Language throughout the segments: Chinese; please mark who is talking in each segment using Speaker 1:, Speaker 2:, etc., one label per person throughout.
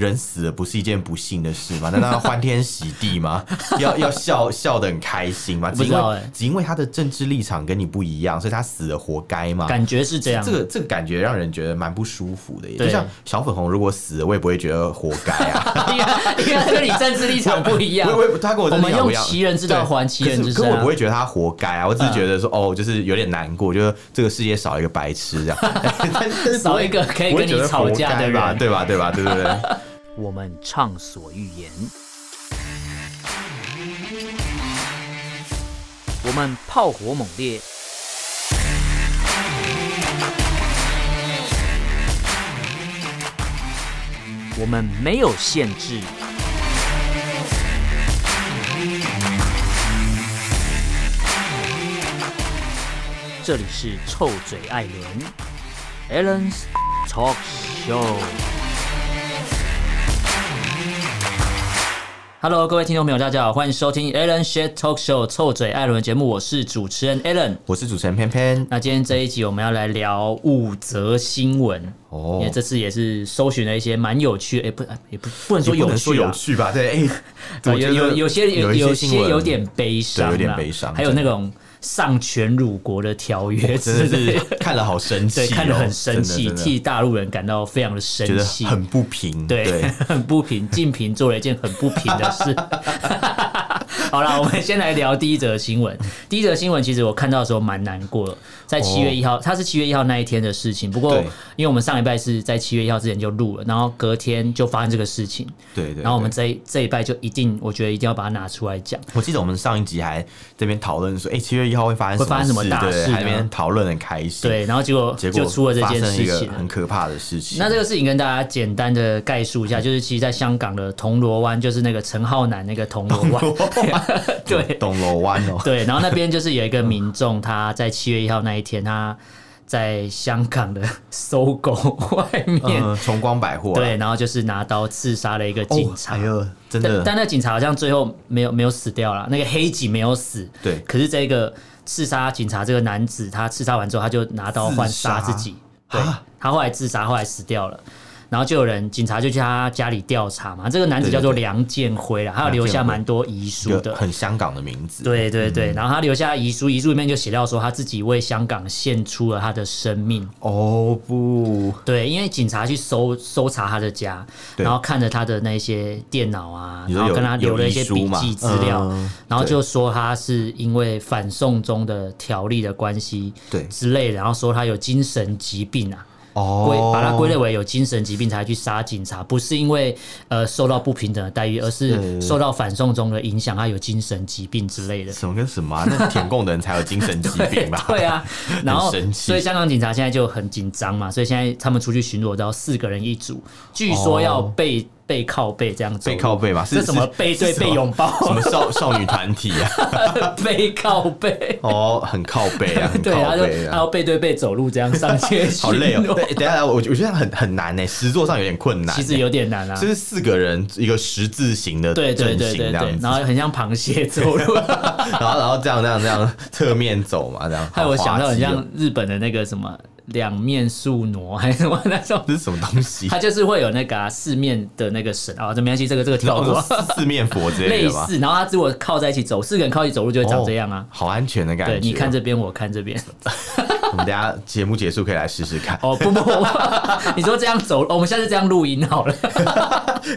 Speaker 1: 人死了不是一件不幸的事吗？难道要欢天喜地吗？ 要要笑笑得很开心吗？只因
Speaker 2: 不知道
Speaker 1: 为
Speaker 2: 欸
Speaker 1: 只因为他的政治立场跟你不一样，所以他死了活该吗？
Speaker 2: 感觉是这样。
Speaker 1: 这个这个感觉让人觉得蛮不舒服的耶，
Speaker 2: 对
Speaker 1: 就像小粉红如果死了，我也不会觉得活该 啊。
Speaker 2: 因为因为他跟你政治立场不一样
Speaker 1: 我。我也不他跟我真的
Speaker 2: 我们
Speaker 1: 不一
Speaker 2: 用
Speaker 1: 样
Speaker 2: 其人之
Speaker 1: 对
Speaker 2: 道还其人之身啊嗯
Speaker 1: 可是可我不会觉得他活该啊，我只是觉得说、哦，就是有点难过，就是这个世界少一个白痴 这样，但但是不
Speaker 2: 少
Speaker 1: 会
Speaker 2: 一个可以
Speaker 1: 不会
Speaker 2: 跟
Speaker 1: 觉
Speaker 2: 你
Speaker 1: 得
Speaker 2: 吵
Speaker 1: 活
Speaker 2: 架的
Speaker 1: 该吧？
Speaker 2: 人，
Speaker 1: 对吧？对吧？对不 对？
Speaker 2: 我们畅所欲言；我们炮火猛烈；我们没有限制。这里是臭嘴艾伦 （Allen's Talk Show）。Hello，各位听众朋友，大家好，欢迎收听 Alan Shit Talk Show 臭嘴艾伦的节目，我是主持人 Alan。
Speaker 1: 我是主持人偏偏
Speaker 2: 那今天这一集我们要来聊五则新闻，因
Speaker 1: 哦
Speaker 2: 为。这次也是搜寻了一些蛮有趣，哎、不，哎也不不能
Speaker 1: 也不
Speaker 2: 说有
Speaker 1: 能说
Speaker 2: 趣
Speaker 1: 有
Speaker 2: 啊。
Speaker 1: 趣吧？对， 哎、
Speaker 2: 啊
Speaker 1: 我觉
Speaker 2: 有
Speaker 1: 得
Speaker 2: 有有些有
Speaker 1: 一些
Speaker 2: 些
Speaker 1: 新闻
Speaker 2: 有点悲伤啦，
Speaker 1: 对有点悲伤
Speaker 2: 还有那种丧权辱国的条约
Speaker 1: 真
Speaker 2: 之
Speaker 1: 的
Speaker 2: 类
Speaker 1: 是
Speaker 2: 的，
Speaker 1: 看了好生气哦、
Speaker 2: 对，看得很生
Speaker 1: 真的
Speaker 2: 气，
Speaker 1: 真的
Speaker 2: 替大陆人感到非常的生
Speaker 1: 觉得
Speaker 2: 气，
Speaker 1: 很不平。
Speaker 2: 对， 很不平。静平做了一件很不平的事。 好啦，我们先来聊第一则新闻。第一则新闻其实我看到的时候蛮难过的，在七月一号，它是七月一号那一天的事情。不过
Speaker 1: 哦对
Speaker 2: 因为我们上礼拜是在七月一号之前就录了，然后隔天就发生这个事情，
Speaker 1: 对对对。
Speaker 2: 然后我们这一这一拜就一定，我觉得一定要把它拿出来讲。
Speaker 1: 我记得我们上一集还这边讨论说，哎、七月一号会发生
Speaker 2: 会发生什么大
Speaker 1: 对
Speaker 2: 事呢
Speaker 1: 还在那边讨论很开心。，
Speaker 2: 对，然后结果
Speaker 1: 结
Speaker 2: 就
Speaker 1: 果
Speaker 2: 出了这
Speaker 1: 发
Speaker 2: 件
Speaker 1: 生
Speaker 2: 事
Speaker 1: 一个
Speaker 2: 情。
Speaker 1: 很可怕的事情。
Speaker 2: 那这个事情跟大家简单的概述一下，就是其实，在香港的铜锣湾，就是那个陈浩南那个铜锣湾，对，
Speaker 1: 懂楼湾哦，
Speaker 2: 对，然后那边就是有一个民众，他在七月一号那一天，他在香港的 搜狗外面，
Speaker 1: 嗯，崇光百货啦
Speaker 2: 对，，然后就是拿刀刺杀了一个警察。
Speaker 1: 哦哎呦，真
Speaker 2: 但
Speaker 1: 的
Speaker 2: 但那警察好像最后没有没有死掉啦，那个黑警没有死，
Speaker 1: 对
Speaker 2: 可是这个刺杀警察这个男子，他刺杀完之后，他就拿刀换杀自己，对
Speaker 1: 啊，
Speaker 2: 他后来自杀，后来死掉了。然后就有人，警察就去他家里调查嘛。这个男子叫做
Speaker 1: 对对对
Speaker 2: 梁建辉啦，他有留下蛮多遗书
Speaker 1: 一
Speaker 2: 的
Speaker 1: 个，很香港的名字。
Speaker 2: 对对对，
Speaker 1: 嗯
Speaker 2: 然后他留下遗书，遗书里面就写到说他自己为香港献出了他的生命。
Speaker 1: 哦不，
Speaker 2: 对，因为警察去搜搜查他的家，
Speaker 1: 对
Speaker 2: 然后看着他的那些电脑啊，
Speaker 1: 你说
Speaker 2: 然后
Speaker 1: 有
Speaker 2: 跟他留了一
Speaker 1: 有
Speaker 2: 些
Speaker 1: 遗书
Speaker 2: 笔
Speaker 1: 嘛
Speaker 2: 记资料，
Speaker 1: 嗯
Speaker 2: 然后就说他是因为反送中的条例的关系，
Speaker 1: 对
Speaker 2: 之类的，然后说他有精神疾病啊。归
Speaker 1: 哦，
Speaker 2: 把它归类为有精神疾病才去杀警察，不是因为呃受到不平等的待遇，而是
Speaker 1: 是
Speaker 2: 受到反送中的影响，他有精神疾病之类的。？
Speaker 1: 什么跟什么啊？ 那舔共的人才有精神疾病吧
Speaker 2: 对啊，然后
Speaker 1: 很神奇
Speaker 2: 所以香港警察现在就很紧张嘛，所以现在他们出去巡逻都要四个人一组，据说要
Speaker 1: 哦
Speaker 2: 背、背靠背这样走路。
Speaker 1: 背靠背嘛，是
Speaker 2: 这什么
Speaker 1: 是
Speaker 2: 背对
Speaker 1: 是什么
Speaker 2: 背拥抱
Speaker 1: 什么少少女团体啊？
Speaker 2: 背靠背，
Speaker 1: 哦，很靠背啊，很
Speaker 2: 对，
Speaker 1: 靠
Speaker 2: 他就呃
Speaker 1: 背
Speaker 2: 他
Speaker 1: 啊。
Speaker 2: 要背对背走路这样上街巡
Speaker 1: 好累哦！
Speaker 2: 逻，
Speaker 1: 对，等一下，我我觉得很很难呢，实作上有点困难欸。
Speaker 2: 其实有点难啊
Speaker 1: 就。是四个人一个十字形的
Speaker 2: 对对
Speaker 1: 阵
Speaker 2: 对
Speaker 1: 型
Speaker 2: 对
Speaker 1: 这样
Speaker 2: 对，
Speaker 1: 子
Speaker 2: 然，后很像螃蟹走 路，
Speaker 1: 然后然后这样这样这样侧面走嘛，这样。
Speaker 2: 害我想到很
Speaker 1: 好滑
Speaker 2: 像
Speaker 1: 稽哦
Speaker 2: 日本的那个什么两面宿傩，还是什么那种，
Speaker 1: 这是什么东西
Speaker 2: 它？就是会有那个啊四面的那个绳啊，这没关系，这个这个跳 过
Speaker 1: 哦。四四面佛之类
Speaker 2: 类
Speaker 1: 的吗？
Speaker 2: 似，然后它如果靠在一起走，四个人靠一起走路就会长这样啊
Speaker 1: 哦。好安全的感觉。
Speaker 2: 对，你看，这边，我看这边。
Speaker 1: 我们等一下节目结束可以来试试看。
Speaker 2: 哦，不不， 我你说这样走，哦我们下次这样录音好了，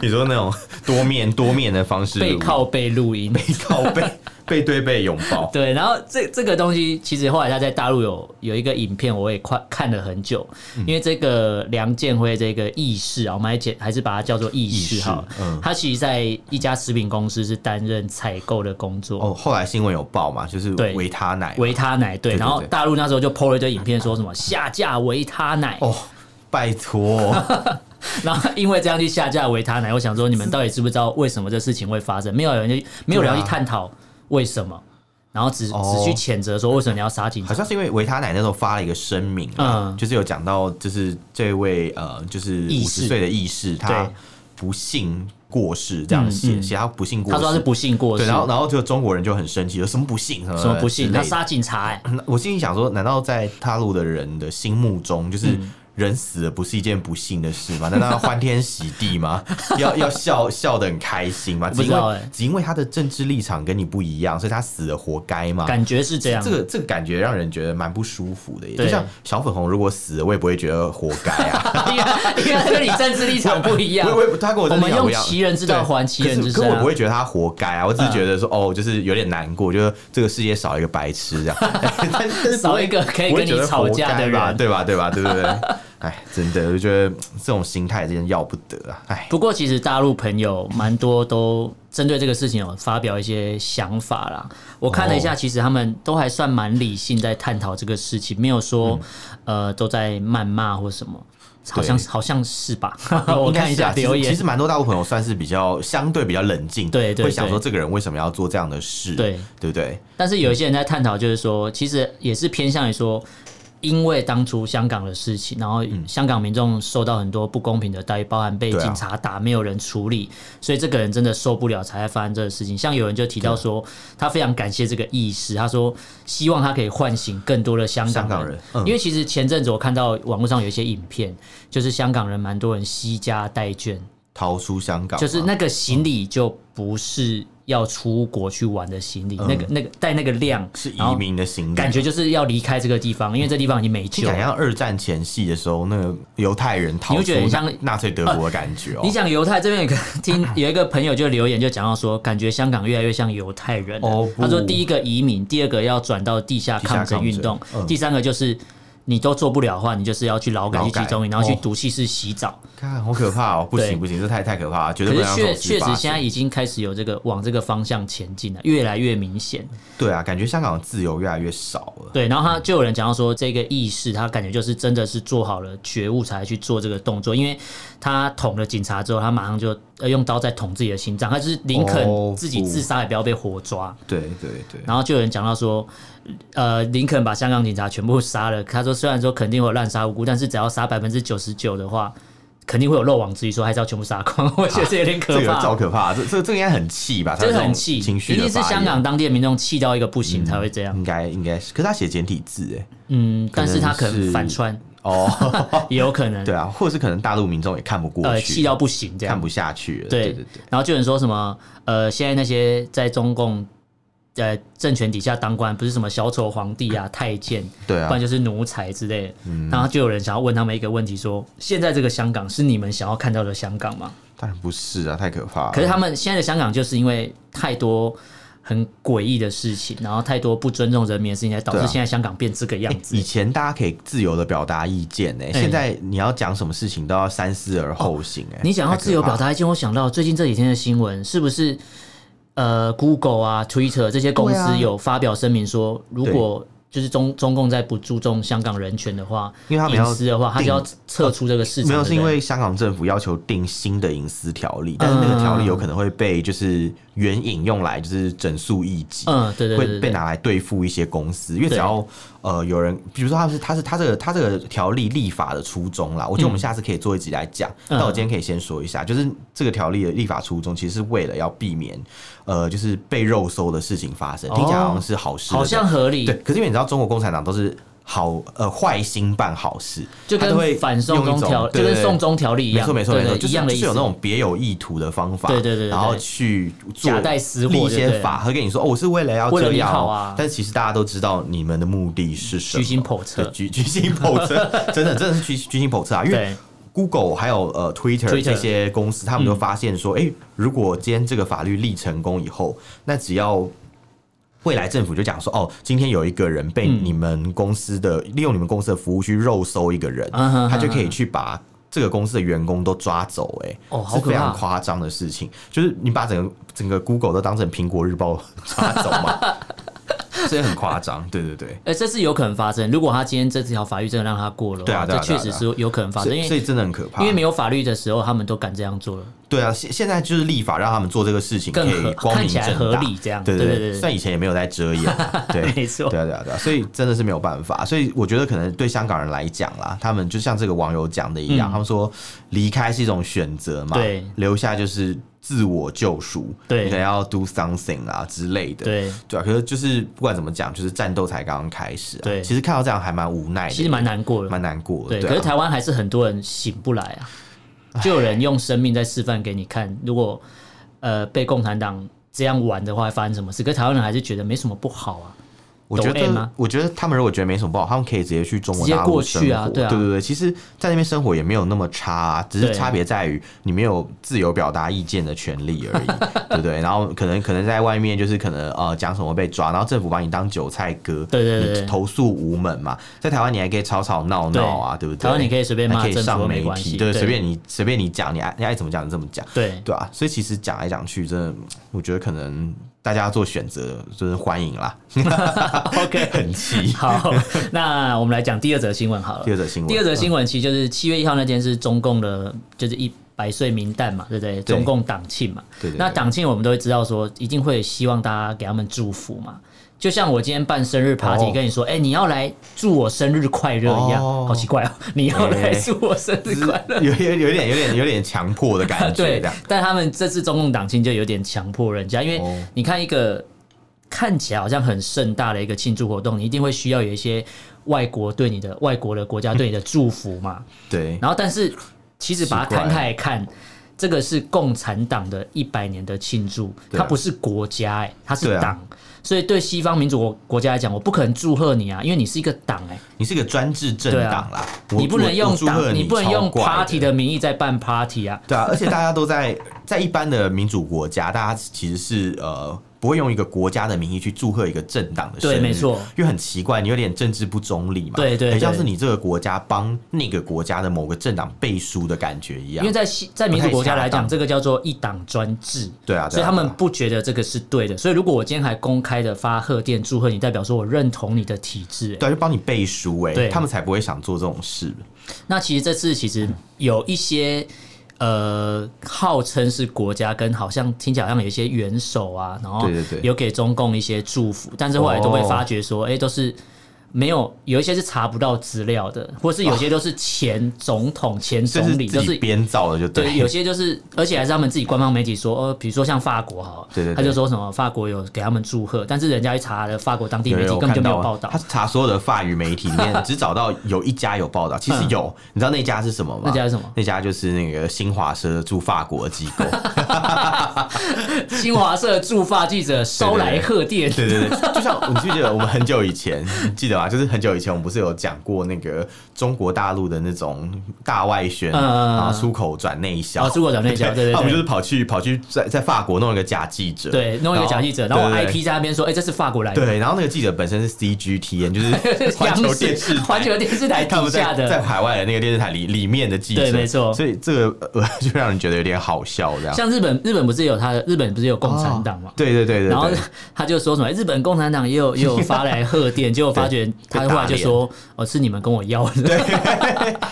Speaker 1: 你说那种多面多面的方式，
Speaker 2: 背靠背录音。
Speaker 1: 背靠背背对背拥抱，
Speaker 2: 对，然后这这个东西，其实后来他在大陆有有一个影片，我也快看了很久，因为这个梁建辉这个义士啊，我们还简还是把它叫做义士好了
Speaker 1: 义士嗯
Speaker 2: 他其实在一家食品公司是担任采购的工 作。
Speaker 1: 哦，后来新闻有报嘛，就是
Speaker 2: 对
Speaker 1: 维他奶嘛
Speaker 2: 维他奶对，
Speaker 1: 对对
Speaker 2: 然后
Speaker 1: 对
Speaker 2: 大陆那时候就 PO 了一堆影片，说什么下架维他奶，
Speaker 1: 哦，拜 托，
Speaker 2: 然后因为这样去下架维他奶，我想说你们到底知不知道为什么这事情会发生？没有人去，没有人要去
Speaker 1: 对啊
Speaker 2: 探讨为什么，然后只、
Speaker 1: 哦
Speaker 2: 只去谴责说为什么你要杀警察
Speaker 1: 好。像是因为维他奶那时候发了一个声明啊，
Speaker 2: 嗯
Speaker 1: 就是有讲到，就是这位呃，就是
Speaker 2: 义
Speaker 1: 五
Speaker 2: 士
Speaker 1: 十岁的义士，他不幸过世，这样写写他不幸过世，
Speaker 2: 嗯他说他是不幸过世，
Speaker 1: 对，然后然后就中国人就很生气，有什么不幸，什么
Speaker 2: 什么不幸？
Speaker 1: 之类
Speaker 2: 他
Speaker 1: 的
Speaker 2: 杀警察、欸，嗯
Speaker 1: 我心里想说，难道在大陆的人的心目中，就是人死了不是一件不幸的事吗？难道要欢天喜地吗？ 要要笑笑得很开心吗？只
Speaker 2: 不
Speaker 1: 因
Speaker 2: 知道
Speaker 1: 为
Speaker 2: 欸
Speaker 1: 只因为他的政治立场跟你不一样，所以他死了活该吗？
Speaker 2: 感觉是这样。
Speaker 1: 这个这个感觉让人觉得蛮不舒服的耶，
Speaker 2: 对
Speaker 1: 就像小粉红如果死了，我也不会觉得活该啊。
Speaker 2: 因为因为他跟你政治立场不一样
Speaker 1: 我。我他跟我
Speaker 2: 我
Speaker 1: 真的
Speaker 2: 们
Speaker 1: 一样
Speaker 2: 用
Speaker 1: 不一样
Speaker 2: 其人之道还其人之
Speaker 1: 可是
Speaker 2: 身
Speaker 1: 可我不
Speaker 2: 啊。嗯
Speaker 1: 会觉得他活该啊，我只是觉得说、哦，就是有点难过，就是这个世界少一个白痴 这样，但但是不会
Speaker 2: 少一个可以
Speaker 1: 不会
Speaker 2: 跟你
Speaker 1: 觉得
Speaker 2: 吵架
Speaker 1: 活该
Speaker 2: 的
Speaker 1: 吧
Speaker 2: 人
Speaker 1: 对吧？对 吧？对不对？哎，真的，我就觉得嗯这种心态真的要不得啊！哎，
Speaker 2: 不过其实大陆朋友蛮多都针对这个事情有发表一些想法啦。我看了一下，其实他们都还算蛮理性，在探讨这个事情，没有
Speaker 1: 嗯
Speaker 2: 说、呃都在谩骂或什么。好像好像是 吧，我看一
Speaker 1: 应该是
Speaker 2: 下
Speaker 1: 啊其实
Speaker 2: 留
Speaker 1: 其
Speaker 2: 言
Speaker 1: 实。蛮多大陆朋友算是比较相对比较冷静，
Speaker 2: 对对
Speaker 1: 会想
Speaker 2: 对
Speaker 1: 说这个人为什么要做这样的事，
Speaker 2: 对
Speaker 1: 对不对？
Speaker 2: 但是有一些人在探讨，就是说，其实也是偏向于说，因为当初香港的事情，然后香港民众受到很多不公平的待遇，包含
Speaker 1: 嗯
Speaker 2: 被
Speaker 1: 对啊
Speaker 2: 警察打，没有人处理，所以这个人真的受不了，才会发生这个事情。像有人就提到说，他非常感谢这个意识，他说希望他可以唤醒更多的香港
Speaker 1: 香港人嗯
Speaker 2: 因为其实前阵子我看到网络上有一些影片，就是香港人蛮多人惜家带眷，
Speaker 1: 逃出香港嘛，
Speaker 2: 就是那个行李
Speaker 1: 嗯
Speaker 2: 就不是要出国去玩的行李，
Speaker 1: 嗯
Speaker 2: 那个那个带那个量
Speaker 1: 是
Speaker 2: 然
Speaker 1: 移
Speaker 2: 后
Speaker 1: 民的行李，
Speaker 2: 感觉就是要离开这个地方，因为这地方已经没
Speaker 1: 听
Speaker 2: 救
Speaker 1: 起来
Speaker 2: 了。
Speaker 1: 像二战前夕的时候，那个犹太人逃
Speaker 2: 啊你会
Speaker 1: 出
Speaker 2: 觉得
Speaker 1: 纳
Speaker 2: 很像呃
Speaker 1: 纳粹德国的感觉哦、
Speaker 2: 你讲犹太这边有个听有一个朋友就留言就讲到说，感觉香港越来越像犹太人了。
Speaker 1: 哦不
Speaker 2: 他说第一个移民，第二个要转到地下
Speaker 1: 地下
Speaker 2: 抗争运
Speaker 1: 抗争
Speaker 2: 动，
Speaker 1: 嗯
Speaker 2: 第三个就是你都做不了的话，你就是要去劳改
Speaker 1: 劳
Speaker 2: 去
Speaker 1: 改
Speaker 2: 集中营，然后去
Speaker 1: 哦
Speaker 2: 毒气室洗澡。
Speaker 1: 看好可怕哦、不
Speaker 2: 对
Speaker 1: 行不行，这太太可怕了，绝对
Speaker 2: 可
Speaker 1: 不
Speaker 2: 是
Speaker 1: 能让这
Speaker 2: 确
Speaker 1: 种事
Speaker 2: 确
Speaker 1: 发
Speaker 2: 实
Speaker 1: 生
Speaker 2: 现在已经开始有这个往这个方向前进了，越来越明显。
Speaker 1: 对啊，感觉香港的自由越来越少了。
Speaker 2: 对，然后他就有人讲到说，这个意识他感觉就是真的是做好了觉悟才去做这个动作，因为他捅了警察之后，他马上就呃用刀在捅自己的心脏，他就是宁
Speaker 1: 哦
Speaker 2: 肯自己
Speaker 1: 不
Speaker 2: 自杀也不要被活抓。
Speaker 1: 对对对，
Speaker 2: 然后就有人讲到说，呃，林肯把香港警察全部杀了，他说虽然说肯定会有滥杀无辜，但是只要杀百分之九十九的话。肯定会有漏网之鱼，说还是要全部杀光， 我觉得这有点可
Speaker 1: 这个
Speaker 2: 怕。
Speaker 1: 超可怕，这这这个应该很气吧？
Speaker 2: 真
Speaker 1: 他
Speaker 2: 的
Speaker 1: 这
Speaker 2: 很
Speaker 1: 种
Speaker 2: 气，
Speaker 1: 情绪
Speaker 2: 一
Speaker 1: 的
Speaker 2: 定是
Speaker 1: 发
Speaker 2: 香
Speaker 1: 言嗯
Speaker 2: 港当地的民众气到一个不行才会这样。
Speaker 1: 应该应该是，可是他写简体字哎，
Speaker 2: 嗯，但是他
Speaker 1: 可
Speaker 2: 可
Speaker 1: 能
Speaker 2: 能
Speaker 1: 是
Speaker 2: 反穿
Speaker 1: 哦，
Speaker 2: 也有可 能。
Speaker 1: 对啊，或者是可能大陆民众也看不过
Speaker 2: 呃
Speaker 1: 去，
Speaker 2: 气到不行这样。
Speaker 1: 看不下去了，
Speaker 2: 对
Speaker 1: 对对对，
Speaker 2: 然后就有人说什么呃，现在那些在中共呃政权底下当官，不是什么小丑皇帝啊、太监，
Speaker 1: 对
Speaker 2: 不然
Speaker 1: 啊，嗯
Speaker 2: 就是奴才之类的。然后就有人想要问他们一个问题说现在这个香港是你们想要看到的香港吗？
Speaker 1: 当然不是啊，太可怕了。
Speaker 2: 可是他们现在的香港就是因为太多。很诡异的事情，然后太多不尊重人民的事情，才导致
Speaker 1: 对啊
Speaker 2: 现在香港变这个样子。哎
Speaker 1: 以前大家可以自由的表达意见呢、现在你要讲什么事情都要三思而后行哎、
Speaker 2: 哦你想要
Speaker 1: 太可
Speaker 2: 自由
Speaker 1: 怕
Speaker 2: 表达意见，我想到最近这几天的新闻，是不是？呃，Google 啊、Twitter 这些公
Speaker 1: 对啊
Speaker 2: 司有发表声明说，如果就是中中共在不注重香港人权的话，
Speaker 1: 因为他们
Speaker 2: 隐
Speaker 1: 要
Speaker 2: 私的话，他就
Speaker 1: 定哦
Speaker 2: 要撤出这个市场。
Speaker 1: 没有，
Speaker 2: 对不
Speaker 1: 是因
Speaker 2: 对嗯
Speaker 1: 为香港政府要求定新的隐私条例，但是那个条例有可能会被就是援引用来就是整肃异己，
Speaker 2: 嗯，对对对
Speaker 1: 会
Speaker 2: 对
Speaker 1: 被
Speaker 2: 对，
Speaker 1: 拿来对付一些公司，因为只要呃有人，比如说他是他是他这个他这个条例立法的初衷啦，我觉得我们下次可以做一集来讲。
Speaker 2: 嗯
Speaker 1: 那我今天可以先说一下，就是这个条例的立法初衷其实是为了要避免呃就是被肉搜的事情发生，
Speaker 2: 哦
Speaker 1: 听起来好像是好事的感觉，
Speaker 2: 好像合理
Speaker 1: 对，，可是因为你知道中国共产党都是。好，呃，坏心办好事，
Speaker 2: 就
Speaker 1: 他都
Speaker 2: 跟
Speaker 1: 会
Speaker 2: 反送
Speaker 1: 用一
Speaker 2: 中
Speaker 1: 种
Speaker 2: 条，
Speaker 1: 对
Speaker 2: 就跟
Speaker 1: 对对
Speaker 2: 送中条例一
Speaker 1: 没
Speaker 2: 样，
Speaker 1: 错没错
Speaker 2: 对
Speaker 1: 没
Speaker 2: 对
Speaker 1: 错，就是
Speaker 2: 一样的
Speaker 1: 就
Speaker 2: 意
Speaker 1: 是
Speaker 2: 思。
Speaker 1: 有那种别有意图的方法，
Speaker 2: 对对对对
Speaker 1: 然后
Speaker 2: 对
Speaker 1: 去做
Speaker 2: 夹带私货
Speaker 1: 立一
Speaker 2: 就
Speaker 1: 些
Speaker 2: 对
Speaker 1: 法，和跟你说哦，我是为了要
Speaker 2: 为了
Speaker 1: 这
Speaker 2: 利
Speaker 1: 样
Speaker 2: 好
Speaker 1: 哦
Speaker 2: 啊
Speaker 1: 但其实大家都知道你们的目的是什么，
Speaker 2: 居心叵测
Speaker 1: 对居居心叵测， 真的真的是居居心叵测啊，因为
Speaker 2: 对。
Speaker 1: Google 还有呃 Twitter
Speaker 2: Twitter 嗯
Speaker 1: 这些公司，他们都发现说，哎、如果今天这个法律立成功以后，那只要未来政府就讲说，哦，今天有一个人被
Speaker 2: 嗯
Speaker 1: 你们公司的、利用你们公司的服务去肉搜一个人，
Speaker 2: 嗯哼
Speaker 1: 他就可以去把。这个公司的员工都抓走、欸，哎、
Speaker 2: 哦好
Speaker 1: 是
Speaker 2: 可
Speaker 1: 非常
Speaker 2: 怕
Speaker 1: 夸张的事情。就是你把整个整个 Google 都当成苹果日报 抓走 嘛，这很夸张。对对对，
Speaker 2: 呃，这是有可能发生。如果他今天这条法律真的让他过了
Speaker 1: 对
Speaker 2: 的
Speaker 1: 啊
Speaker 2: 话，
Speaker 1: 对啊
Speaker 2: 这
Speaker 1: 对
Speaker 2: 确
Speaker 1: 啊
Speaker 2: 实
Speaker 1: 对啊
Speaker 2: 是有可能发
Speaker 1: 所
Speaker 2: 生，
Speaker 1: 以
Speaker 2: 因
Speaker 1: 所
Speaker 2: 为
Speaker 1: 以真的很可怕。
Speaker 2: 因为没有法律的时候，他们都敢这样做了。
Speaker 1: 对啊，现现在就是立法让他们做这个事情可
Speaker 2: 更
Speaker 1: 以
Speaker 2: 合
Speaker 1: 光
Speaker 2: 看
Speaker 1: 明
Speaker 2: 起
Speaker 1: 正
Speaker 2: 来
Speaker 1: 大，
Speaker 2: 合理这样
Speaker 1: 对
Speaker 2: 对对
Speaker 1: 对，
Speaker 2: 对
Speaker 1: 虽然以前也没有在遮 掩啊，对，
Speaker 2: 没错
Speaker 1: 对啊对啊对啊，所以真的是没有办法，所以我觉得可能对香港人来讲啦，他们就像这个网友讲的一样，他们说离开是一种选择嘛，
Speaker 2: 嗯对
Speaker 1: 留下就是。自我救赎，
Speaker 2: 对
Speaker 1: 你可能要 do something 啊之类的，
Speaker 2: 对
Speaker 1: 对啊。可是就是不管怎么讲，就是战斗才刚刚开始、啊，
Speaker 2: 对
Speaker 1: 其实看到这样还蛮无奈的，
Speaker 2: 其实蛮难过的。
Speaker 1: 蛮难过的，
Speaker 2: 对，
Speaker 1: 对啊、
Speaker 2: 可是台湾还是很多人醒不来啊，就有人用生命在示范给你看，如果呃被共产党这样玩的话，会发生什么事？可是台湾人还是觉得没什么不好啊。
Speaker 1: 我觉
Speaker 2: 抖 M 吗
Speaker 1: 得，我觉得他们如果觉得没什么不好，他们可以直接去中国
Speaker 2: 直接
Speaker 1: 大陆
Speaker 2: 过
Speaker 1: 生
Speaker 2: 去啊
Speaker 1: 活。
Speaker 2: 对啊
Speaker 1: 对对其实，在那边生活也没有那么差、啊，只是
Speaker 2: 对
Speaker 1: 差别在于你没有自由表达意见的权利 而已，对不对？然后可能可能在外面就是可能呃讲什么被抓，然后政府把你当韭菜割，
Speaker 2: 对对对对
Speaker 1: 你投诉无门嘛。在台湾你还可以吵吵闹闹啊，对不对？
Speaker 2: 台湾你可以随便骂
Speaker 1: 还可以
Speaker 2: 政府
Speaker 1: 上
Speaker 2: 没
Speaker 1: 媒
Speaker 2: 关
Speaker 1: 体，
Speaker 2: 系
Speaker 1: 对，
Speaker 2: 对
Speaker 1: 随便你随便你讲，你爱你爱怎么讲就这么讲。
Speaker 2: 对，
Speaker 1: 对啊，所以其实讲来讲去，真的，我觉得可能大家做选择就是欢迎啦。OK，很气。
Speaker 2: 好，那我们来讲第二则新闻好了。
Speaker 1: 第二则新闻，嗯
Speaker 2: 第二则新闻其实就是七月一号那天是中共的，就是一百岁名单嘛，对不对？中共党庆嘛。
Speaker 1: 对对对
Speaker 2: 那党庆我们都会知道说，一定会希望大家给他们祝福嘛。就像我今天办生日 party，、
Speaker 1: 哦
Speaker 2: 跟你说，哎、你要来祝我生日快乐一样，
Speaker 1: 哦
Speaker 2: 好奇怪哦， 你要来
Speaker 1: 哎
Speaker 2: 祝我生日快乐。
Speaker 1: 有有有点有点有点强迫的感觉，
Speaker 2: 对
Speaker 1: 这样。，
Speaker 2: 但他们这次中共党庆就有点强迫人家，因为
Speaker 1: 哦
Speaker 2: 你看一个看起来好像很盛大的一个庆祝活动，你一定会需要有一些外国对你的外国的国家对你的祝福嘛。
Speaker 1: 对，
Speaker 2: 然后，但是其实把它
Speaker 1: 奇怪
Speaker 2: 摊开来看，这个是共产党的一百年的庆祝，
Speaker 1: 对啊
Speaker 2: 它不是国家、哎，它是
Speaker 1: 对啊
Speaker 2: 党。所以对西方民主国国家来讲，我不可能祝贺你啊，因为你是一个党哎、
Speaker 1: 你是个专制政党啦，我
Speaker 2: 啊你不能用
Speaker 1: 我祝贺
Speaker 2: 党，你不能用
Speaker 1: 超怪
Speaker 2: party 的名义在办 party 啊。
Speaker 1: 对啊，而且大家都在在一般的民主国家，大家其实是呃不会用一个国家的名义去祝贺一个政党的生日，
Speaker 2: 对没错，
Speaker 1: 因为很奇怪，你有点政治不中立嘛，
Speaker 2: 对对
Speaker 1: 很像
Speaker 2: 对
Speaker 1: 是你这个国家帮那个国家的某个政党背书的感觉一样
Speaker 2: 因为。在西在民主国家
Speaker 1: 不
Speaker 2: 来
Speaker 1: 太恰
Speaker 2: 讲，
Speaker 1: 当
Speaker 2: 这个叫做一党专制。
Speaker 1: 对啊，对啊
Speaker 2: 所以他们
Speaker 1: 对啊
Speaker 2: 不觉得这个是对的，所以如果我今天还公开的发贺电祝贺你，代表说我认同你的体制、哎
Speaker 1: 对啊就帮你背书哎、
Speaker 2: 对
Speaker 1: 他们才不会想做这种事。
Speaker 2: 那其实这次其实有一些呃，号称是国家跟好像听起来好像有一些元首啊，然后
Speaker 1: 对对对
Speaker 2: 有给中共一些祝福，但是后来都被发觉说，哎、都是。没有，有一些是查不到资料的，或是有些都是前总统、前
Speaker 1: 这
Speaker 2: 总
Speaker 1: 是
Speaker 2: 理，
Speaker 1: 自
Speaker 2: 就是
Speaker 1: 己编造的，就对。
Speaker 2: 对，有些就是，而且还是他们自己官方媒体说，呃，比如说像法国哈，
Speaker 1: 对对对
Speaker 2: 他就说什么法国有给他们祝贺，但是人家一查了，法国当地
Speaker 1: 有
Speaker 2: 媒体
Speaker 1: 有
Speaker 2: 根本就
Speaker 1: 看到
Speaker 2: 没有
Speaker 1: 啊
Speaker 2: 报道
Speaker 1: 他，查所有的法语媒体里 面，只找到有一家有报道。其实有，你知道那家是什么吗？
Speaker 2: 嗯那家是什么？
Speaker 1: 那家就是那个新华社驻法国机 构。
Speaker 2: 新华社驻法记者捎来贺电，
Speaker 1: 对对对，就像你记不记得我们很久以 前，你记得吗？就是很久以前，我们不是有讲过那个中国大陆的那种大外宣，
Speaker 2: 嗯嗯嗯嗯
Speaker 1: 然后出口转内销，
Speaker 2: 哦出口转内销对对对
Speaker 1: 那我们就是跑去跑去在在法国弄一个假记者，
Speaker 2: 对，弄一个假记者，然后
Speaker 1: 对对对
Speaker 2: IP 在那边说，哎，这是法国来的，
Speaker 1: 对，然后那个记者本身是 CGTN，就是 环球
Speaker 2: 央
Speaker 1: 电
Speaker 2: 视
Speaker 1: 视台、哎
Speaker 2: 环球电视台
Speaker 1: 他
Speaker 2: 底
Speaker 1: 们
Speaker 2: 下
Speaker 1: 在在
Speaker 2: 的。
Speaker 1: 海外的那个电视台里里面的记者，
Speaker 2: 对没错
Speaker 1: 所以这个呃 就让人觉得有点好笑这样。
Speaker 2: 像日本，日本不是有他的，日本不是有共产党嘛
Speaker 1: 哦？对对对对，
Speaker 2: 然后
Speaker 1: 对
Speaker 2: 他就说什么，哎日本共产党也有也有发来贺电，结果发觉他后来就说，哦，是你们跟我要的，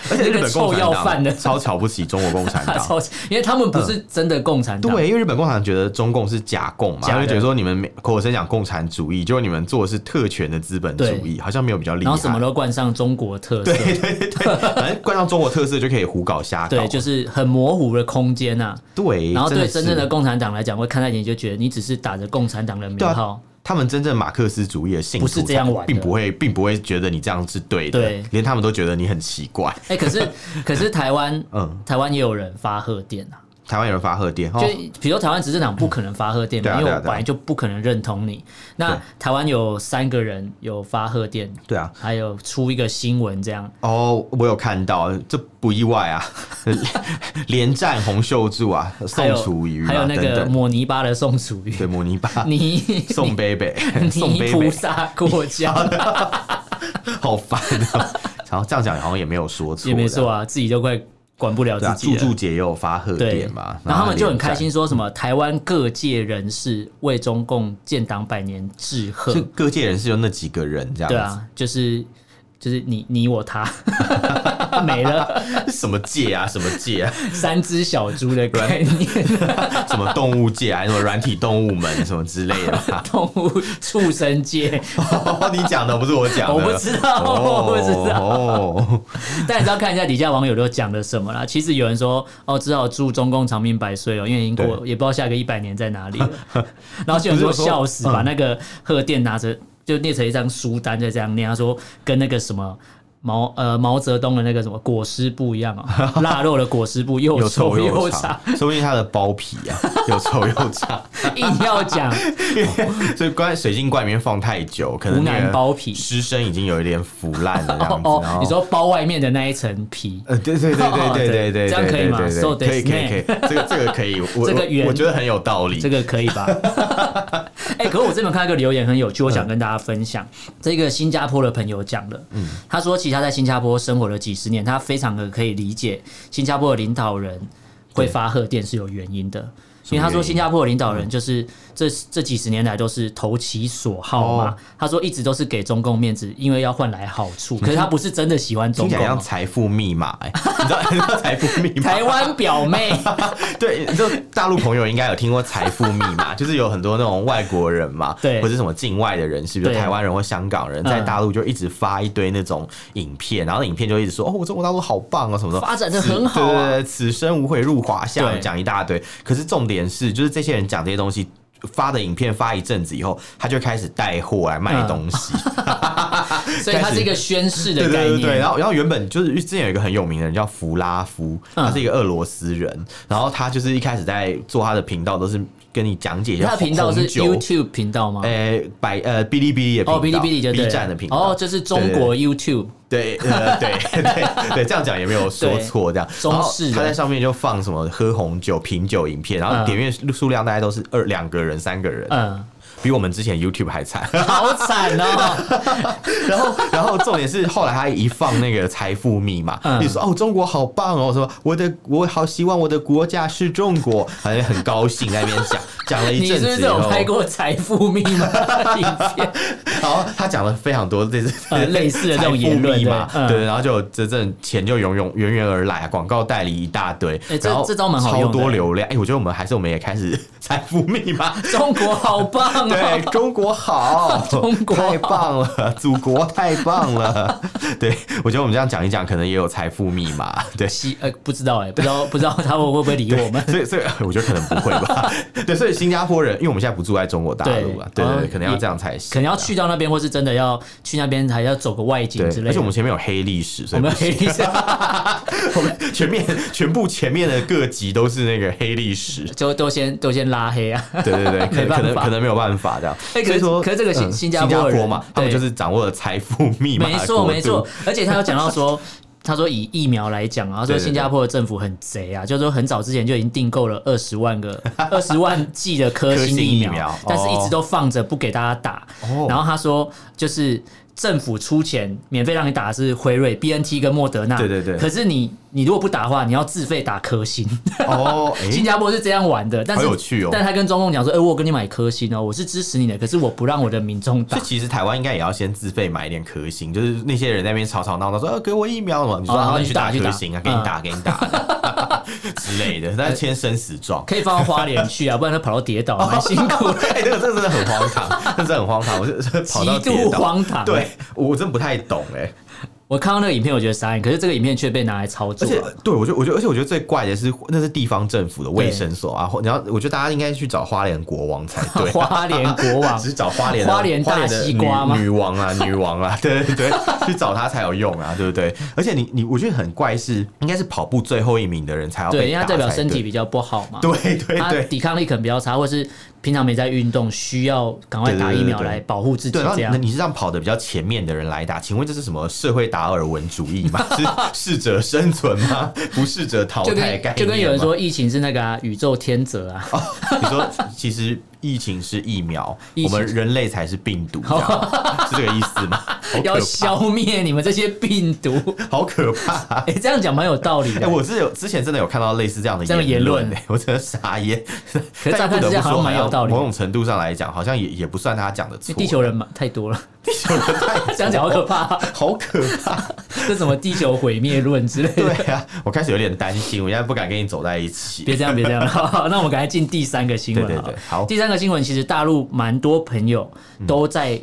Speaker 1: 而且日本共
Speaker 2: 臭要饭
Speaker 1: 产
Speaker 2: 的
Speaker 1: 党超瞧不起中国共产党。
Speaker 2: 超因为他们不是真的共产党，
Speaker 1: 嗯对，因为日本共产党觉得中共是假共嘛，
Speaker 2: 假
Speaker 1: 他
Speaker 2: 的
Speaker 1: 就觉得说你们没口口声讲共产主义，结果你们做的是特权的资本主义，好像没有比较厉害。
Speaker 2: 然后什么都冠上中国特色，
Speaker 1: 对对对对，反正冠上中国特色就可以胡搞瞎搞。
Speaker 2: 对，就是很模糊的空间呐、
Speaker 1: 对，
Speaker 2: 然后对
Speaker 1: 是
Speaker 2: 真正的共产党来讲，会看待你就觉得你只是打着共产党的名
Speaker 1: 对啊
Speaker 2: 号，
Speaker 1: 他们真正马克思主义的信徒
Speaker 2: 不是这样玩的
Speaker 1: 并不会，并不会觉得你这样是对的，
Speaker 2: 对
Speaker 1: 连他们都觉得你很奇怪。
Speaker 2: 哎、可是可是台 湾，
Speaker 1: 嗯
Speaker 2: 台湾也有人发贺电啊。
Speaker 1: 台湾有人发贺电，哦
Speaker 2: 就，比如说台湾执政党不可能发贺电
Speaker 1: 对
Speaker 2: 嘛，
Speaker 1: 啊
Speaker 2: 因为
Speaker 1: 对
Speaker 2: 我
Speaker 1: 啊对啊
Speaker 2: 本来就不可能认同你。那
Speaker 1: 对
Speaker 2: 台湾有三个人有发贺电，
Speaker 1: 对啊，
Speaker 2: 还有出一个新闻这样，
Speaker 1: 哦，我有看到，这不意外啊， 连战洪秀柱啊，
Speaker 2: 还
Speaker 1: 宋
Speaker 2: 有
Speaker 1: 楚瑜啊，
Speaker 2: 还有那
Speaker 1: 等
Speaker 2: 个
Speaker 1: 等，
Speaker 2: 抹泥巴的宋楚 瑜，
Speaker 1: 对，摩尼巴，
Speaker 2: 泥
Speaker 1: 宋贝贝， 宋
Speaker 2: 泥
Speaker 1: 贝
Speaker 2: 菩
Speaker 1: 贝，
Speaker 2: 萨过 江。
Speaker 1: 好烦啊！ 然后这样讲好像也没有说错，
Speaker 2: 也没错，啊，自己都快管不了
Speaker 1: 对啊，
Speaker 2: 自己
Speaker 1: 柱
Speaker 2: 了。
Speaker 1: 柱姐也有发贺
Speaker 2: 对
Speaker 1: 电嘛，
Speaker 2: 然后他们就很
Speaker 1: 连战
Speaker 2: 开。心，说什么台湾各界人士为中共建党百年致贺
Speaker 1: 就。
Speaker 2: 啊
Speaker 1: 各界人士就那几个人这样子，
Speaker 2: 对啊，就是就是你你我他，没了
Speaker 1: 什么界啊，什么界啊，
Speaker 2: 三只小猪的概念，。
Speaker 1: 什么动物界啊，什么软体动物门什么之类的吧
Speaker 2: 动物畜生界，
Speaker 1: 哦 你讲的不是我讲的，
Speaker 2: 我不知道
Speaker 1: 哦
Speaker 2: 我不知道
Speaker 1: 哦，
Speaker 2: 但你知道看一下底下网友都讲了什么啦。其实有人说，哦，只好祝中共长命百岁哦，因为英国也不知道下个一百年在哪里了。然后就有人说
Speaker 1: 不是有说
Speaker 2: 笑死，把那个贺电拿着就捏成一张书单，就这样念，他说跟那个什么。毛呃毛泽东的那个什么裹尸布一样哦，腊肉的裹尸布又
Speaker 1: 又
Speaker 2: 臭
Speaker 1: 臭
Speaker 2: 又
Speaker 1: 又
Speaker 2: 长
Speaker 1: 长，，说不定它的包皮啊又臭又 长，
Speaker 2: 硬要讲
Speaker 1: 所以关在水晶罐里面放太久，可
Speaker 2: 湖
Speaker 1: 能那
Speaker 2: 南
Speaker 1: 个
Speaker 2: 包皮
Speaker 1: 尸身已经有一点腐烂 了这样
Speaker 2: 哦
Speaker 1: 子。然
Speaker 2: 哦，
Speaker 1: 后
Speaker 2: 你说包外面的那一层皮，
Speaker 1: 呃，对对对
Speaker 2: 哦
Speaker 1: 对对对
Speaker 2: 对
Speaker 1: 对，
Speaker 2: 这样可以吗
Speaker 1: 对对
Speaker 2: So
Speaker 1: 对可以
Speaker 2: this
Speaker 1: 可以可以，这个这个可以，我我
Speaker 2: 这个圆
Speaker 1: 我觉得很有道理
Speaker 2: 这。个可以 吧？哎、可是我这边有看到一个留言很有趣，我想跟大家分享。
Speaker 1: 嗯
Speaker 2: 这个新加坡的朋友讲的，他说其实他在新加坡生活了几十年，他非常的可以理解新加坡的领导人会发贺电是有原因的。因为他说，新加坡的领
Speaker 1: 嗯
Speaker 2: 导人就是这这几十年来都是投其所好嘛。
Speaker 1: 哦
Speaker 2: 他说一直都是给中共面子，因为要换来好 处。可是他不是真的喜欢
Speaker 1: 听
Speaker 2: 中
Speaker 1: 起来
Speaker 2: 共
Speaker 1: 像
Speaker 2: 哦。
Speaker 1: 财富密码，哎， 你知道你知道财富密码？
Speaker 2: 台湾 表妹
Speaker 1: 对，就大陆朋友应该有听过财富密码， 就是有很多那种外国人嘛，
Speaker 2: 对
Speaker 1: 或者什么境外的人士，比如
Speaker 2: 对嗯
Speaker 1: 台湾人或香港人，在大陆就一直发一堆那种影片，然后影片就一直说哦，我中国大陆好棒哦，什么什么，
Speaker 2: 发展得很好
Speaker 1: 对
Speaker 2: 啊
Speaker 1: 对对，此生无悔入华夏，
Speaker 2: 对
Speaker 1: 讲一大堆。可是重点是，就是这些人讲这些东西。发的影片发一阵子以后，他就开始带货来卖
Speaker 2: 嗯
Speaker 1: 东西，
Speaker 2: 所以它是一个宣誓的
Speaker 1: 对
Speaker 2: 概
Speaker 1: 对对对，
Speaker 2: 念。
Speaker 1: 然后然后原本就是之前有一个很有名的人叫弗拉夫，
Speaker 2: 嗯
Speaker 1: 他是一个俄罗斯人，然后他就是一开始在做他的频道都是跟你讲解一下
Speaker 2: 他的频道是
Speaker 1: 红酒
Speaker 2: YouTube 频道吗？
Speaker 1: 呃，百呃哔哩哔哩的频道，
Speaker 2: 哦，哔哩哔哩就对了
Speaker 1: B 站的频道，
Speaker 2: 哦，就是中国 YouTube
Speaker 1: 对呃对对对，这样讲也没有说错，这样。
Speaker 2: 中
Speaker 1: 然后
Speaker 2: 式的
Speaker 1: 他在上面就放什么喝红酒、品酒影片，然
Speaker 2: 嗯
Speaker 1: 后点阅数量大概都是二两个人、三个人，
Speaker 2: 嗯，
Speaker 1: 比我们之前 YouTube 还惨。
Speaker 2: 好惨哦，
Speaker 1: 然后， 然后重点是后来他一放那个财富密码，
Speaker 2: 嗯
Speaker 1: 你说哦，中国好棒哦，什么我的我好希望我的国家是中国，好像很高兴在那边讲讲了
Speaker 2: 你
Speaker 1: 一
Speaker 2: 是
Speaker 1: 阵子哦
Speaker 2: 不是
Speaker 1: 以
Speaker 2: 有
Speaker 1: 后，
Speaker 2: 拍过财富密码的影片？
Speaker 1: 然后他讲了非常多这次
Speaker 2: 呃类似的这种言论
Speaker 1: 密码，
Speaker 2: 对嗯
Speaker 1: 对，然后就这阵钱就涌涌源源而来，广告代理一大堆
Speaker 2: 哎，这
Speaker 1: 然后
Speaker 2: 这招蛮好用
Speaker 1: 超
Speaker 2: 的欸
Speaker 1: 多流量，哎，我觉得我们还是我们也开始财富密码。
Speaker 2: 中国好 棒
Speaker 1: 对
Speaker 2: 哦，
Speaker 1: 中国好，
Speaker 2: 中国好
Speaker 1: 太棒了，祖国太棒了。 对我觉得我们这样讲一讲，可能也有财富密码。 对，
Speaker 2: 西呃不知道哎，不 知道不知道他们会不会理我们？
Speaker 1: 所以所以 我觉得可能不会吧。 对，所以新加坡人，因为我们现在不住在中国大陆了，
Speaker 2: 对
Speaker 1: 对对
Speaker 2: 哦
Speaker 1: 对，可能要这样才行。
Speaker 2: 可能要去到那边，或是真的要去那边，还要走个外景
Speaker 1: 对
Speaker 2: 之，类
Speaker 1: 而且我
Speaker 2: 的
Speaker 1: 们。前面有黑历史，所
Speaker 2: 我
Speaker 1: 以不
Speaker 2: 们
Speaker 1: 行
Speaker 2: 黑历史
Speaker 1: 我们前面 全部前面的各集都是那个黑历史。
Speaker 2: 就都先都先拉黑啊，
Speaker 1: 对对对，可
Speaker 2: 没
Speaker 1: 能
Speaker 2: 办
Speaker 1: 可
Speaker 2: 法
Speaker 1: 能可能没有办法这样。
Speaker 2: 哎可是
Speaker 1: 所以说，
Speaker 2: 可是这个新
Speaker 1: 嗯
Speaker 2: 新
Speaker 1: 新
Speaker 2: 加坡人
Speaker 1: 坡嘛，他们
Speaker 2: 对
Speaker 1: 就是掌握了财富密码。
Speaker 2: 没错 没错，，而且他有讲到说。他说以疫苗来讲啊，他说
Speaker 1: 对对对
Speaker 2: 新加坡的政府很贼啊，就是说很早之前就已经订购了二十 万个、二十万剂的科兴
Speaker 1: 科兴
Speaker 2: 疫
Speaker 1: 疫苗哦
Speaker 2: 但是一直都放着不给大家打。
Speaker 1: 哦
Speaker 2: 然后他说就是政府出钱免费让你打的是辉瑞、B N T 跟莫德纳，
Speaker 1: 对对对
Speaker 2: 可是你你如果不打的话，你要自费打科兴。
Speaker 1: 哦，哎
Speaker 2: 新加坡是这样玩的，但是
Speaker 1: 好有趣哦
Speaker 2: 但他跟中共讲说，哎、我有跟你买科兴哦，我是支持你的，可是我不让我的民众打
Speaker 1: 所以。其实台湾应该也要先自费买一点颗星，就是那些人在那边吵吵闹闹说、呃、给我疫苗嘛，你说、
Speaker 2: 哦然
Speaker 1: 啊
Speaker 2: 后
Speaker 1: 那
Speaker 2: 你
Speaker 1: 你去打
Speaker 2: 去打嗯呃
Speaker 1: 颗星啊，给你打给你打 之类的，但是签生死状。
Speaker 2: 可以放到花莲去啊，不然他跑到跌 倒，蛮辛苦的。
Speaker 1: 哎、这个真的真的很荒唐， 真的很荒唐，我是跑到
Speaker 2: 极
Speaker 1: 跌
Speaker 2: 度
Speaker 1: 倒。
Speaker 2: 荒唐。
Speaker 1: 对，我真的不太懂哎、
Speaker 2: 我看到那个影片，我觉得傻眼，可是这个影片却被拿来操
Speaker 1: 而
Speaker 2: 作
Speaker 1: 且
Speaker 2: 了。
Speaker 1: 对我觉得，我觉得，而且我觉得最怪的是，那是地方政府的卫生所啊，或然后我觉得大家应该去找花莲国王才 对，
Speaker 2: 花莲 国王
Speaker 1: 只是找花莲的
Speaker 2: 花莲大
Speaker 1: 的
Speaker 2: 西瓜
Speaker 1: 女
Speaker 2: 吗
Speaker 1: 女王 啊，女王啊，对对对，去找她才有用啊，对不对？而且你你，我觉得很怪是，应该是跑步最后一名的人才要
Speaker 2: 对，
Speaker 1: 被
Speaker 2: 因
Speaker 1: 打
Speaker 2: 为他代表
Speaker 1: 才
Speaker 2: 身体
Speaker 1: 对。
Speaker 2: 比较不好嘛，
Speaker 1: 对对
Speaker 2: 他
Speaker 1: 对
Speaker 2: 抵抗力可能比较差，或是平常没在运动，需要赶快打疫
Speaker 1: 对对
Speaker 2: 苗
Speaker 1: 对对对
Speaker 2: 来保护自己
Speaker 1: 对，然后
Speaker 2: 这样。
Speaker 1: 你你是让跑的比较前面的人来打，请问这是什么社会达尔文主义 吗？是适者生存吗？不适者淘
Speaker 2: 就
Speaker 1: 汰的概念吗
Speaker 2: 跟
Speaker 1: 哦
Speaker 2: 就跟有人，说疫情是那个啊宇宙天择啊，
Speaker 1: 你说其实疫情是疫苗，
Speaker 2: 疫
Speaker 1: 我
Speaker 2: 情
Speaker 1: 们人类才是病毒，这 样是这个意思吗？好
Speaker 2: 要
Speaker 1: 可
Speaker 2: 消灭你们这些病 毒。
Speaker 1: 好可怕！
Speaker 2: 哎、这样讲蛮有道理
Speaker 1: 啊 哎、
Speaker 2: 的。
Speaker 1: 我是有之前真的有看到类似这样的
Speaker 2: 这样的言
Speaker 1: 论、
Speaker 2: 论
Speaker 1: 哎我真的傻眼。
Speaker 2: 可是乍
Speaker 1: 但不
Speaker 2: 看之
Speaker 1: 得
Speaker 2: 下
Speaker 1: 不
Speaker 2: 好像
Speaker 1: 说，
Speaker 2: 蛮有道理
Speaker 1: 某
Speaker 2: 的，
Speaker 1: 种程度上来讲，好像也也不算他讲的错。
Speaker 2: 地球人嘛太 多了，
Speaker 1: 地球人太
Speaker 2: 这样讲好可怕，
Speaker 1: 好可怕！
Speaker 2: 这什么地球毁灭论之类的。
Speaker 1: 对啊，我开始有点担心，我现在不敢跟你走在一起。
Speaker 2: 别这样，别这样。好好那我们赶快进第三个新闻。
Speaker 1: 对对对好
Speaker 2: 第三个新闻其实大陆蛮多朋友都在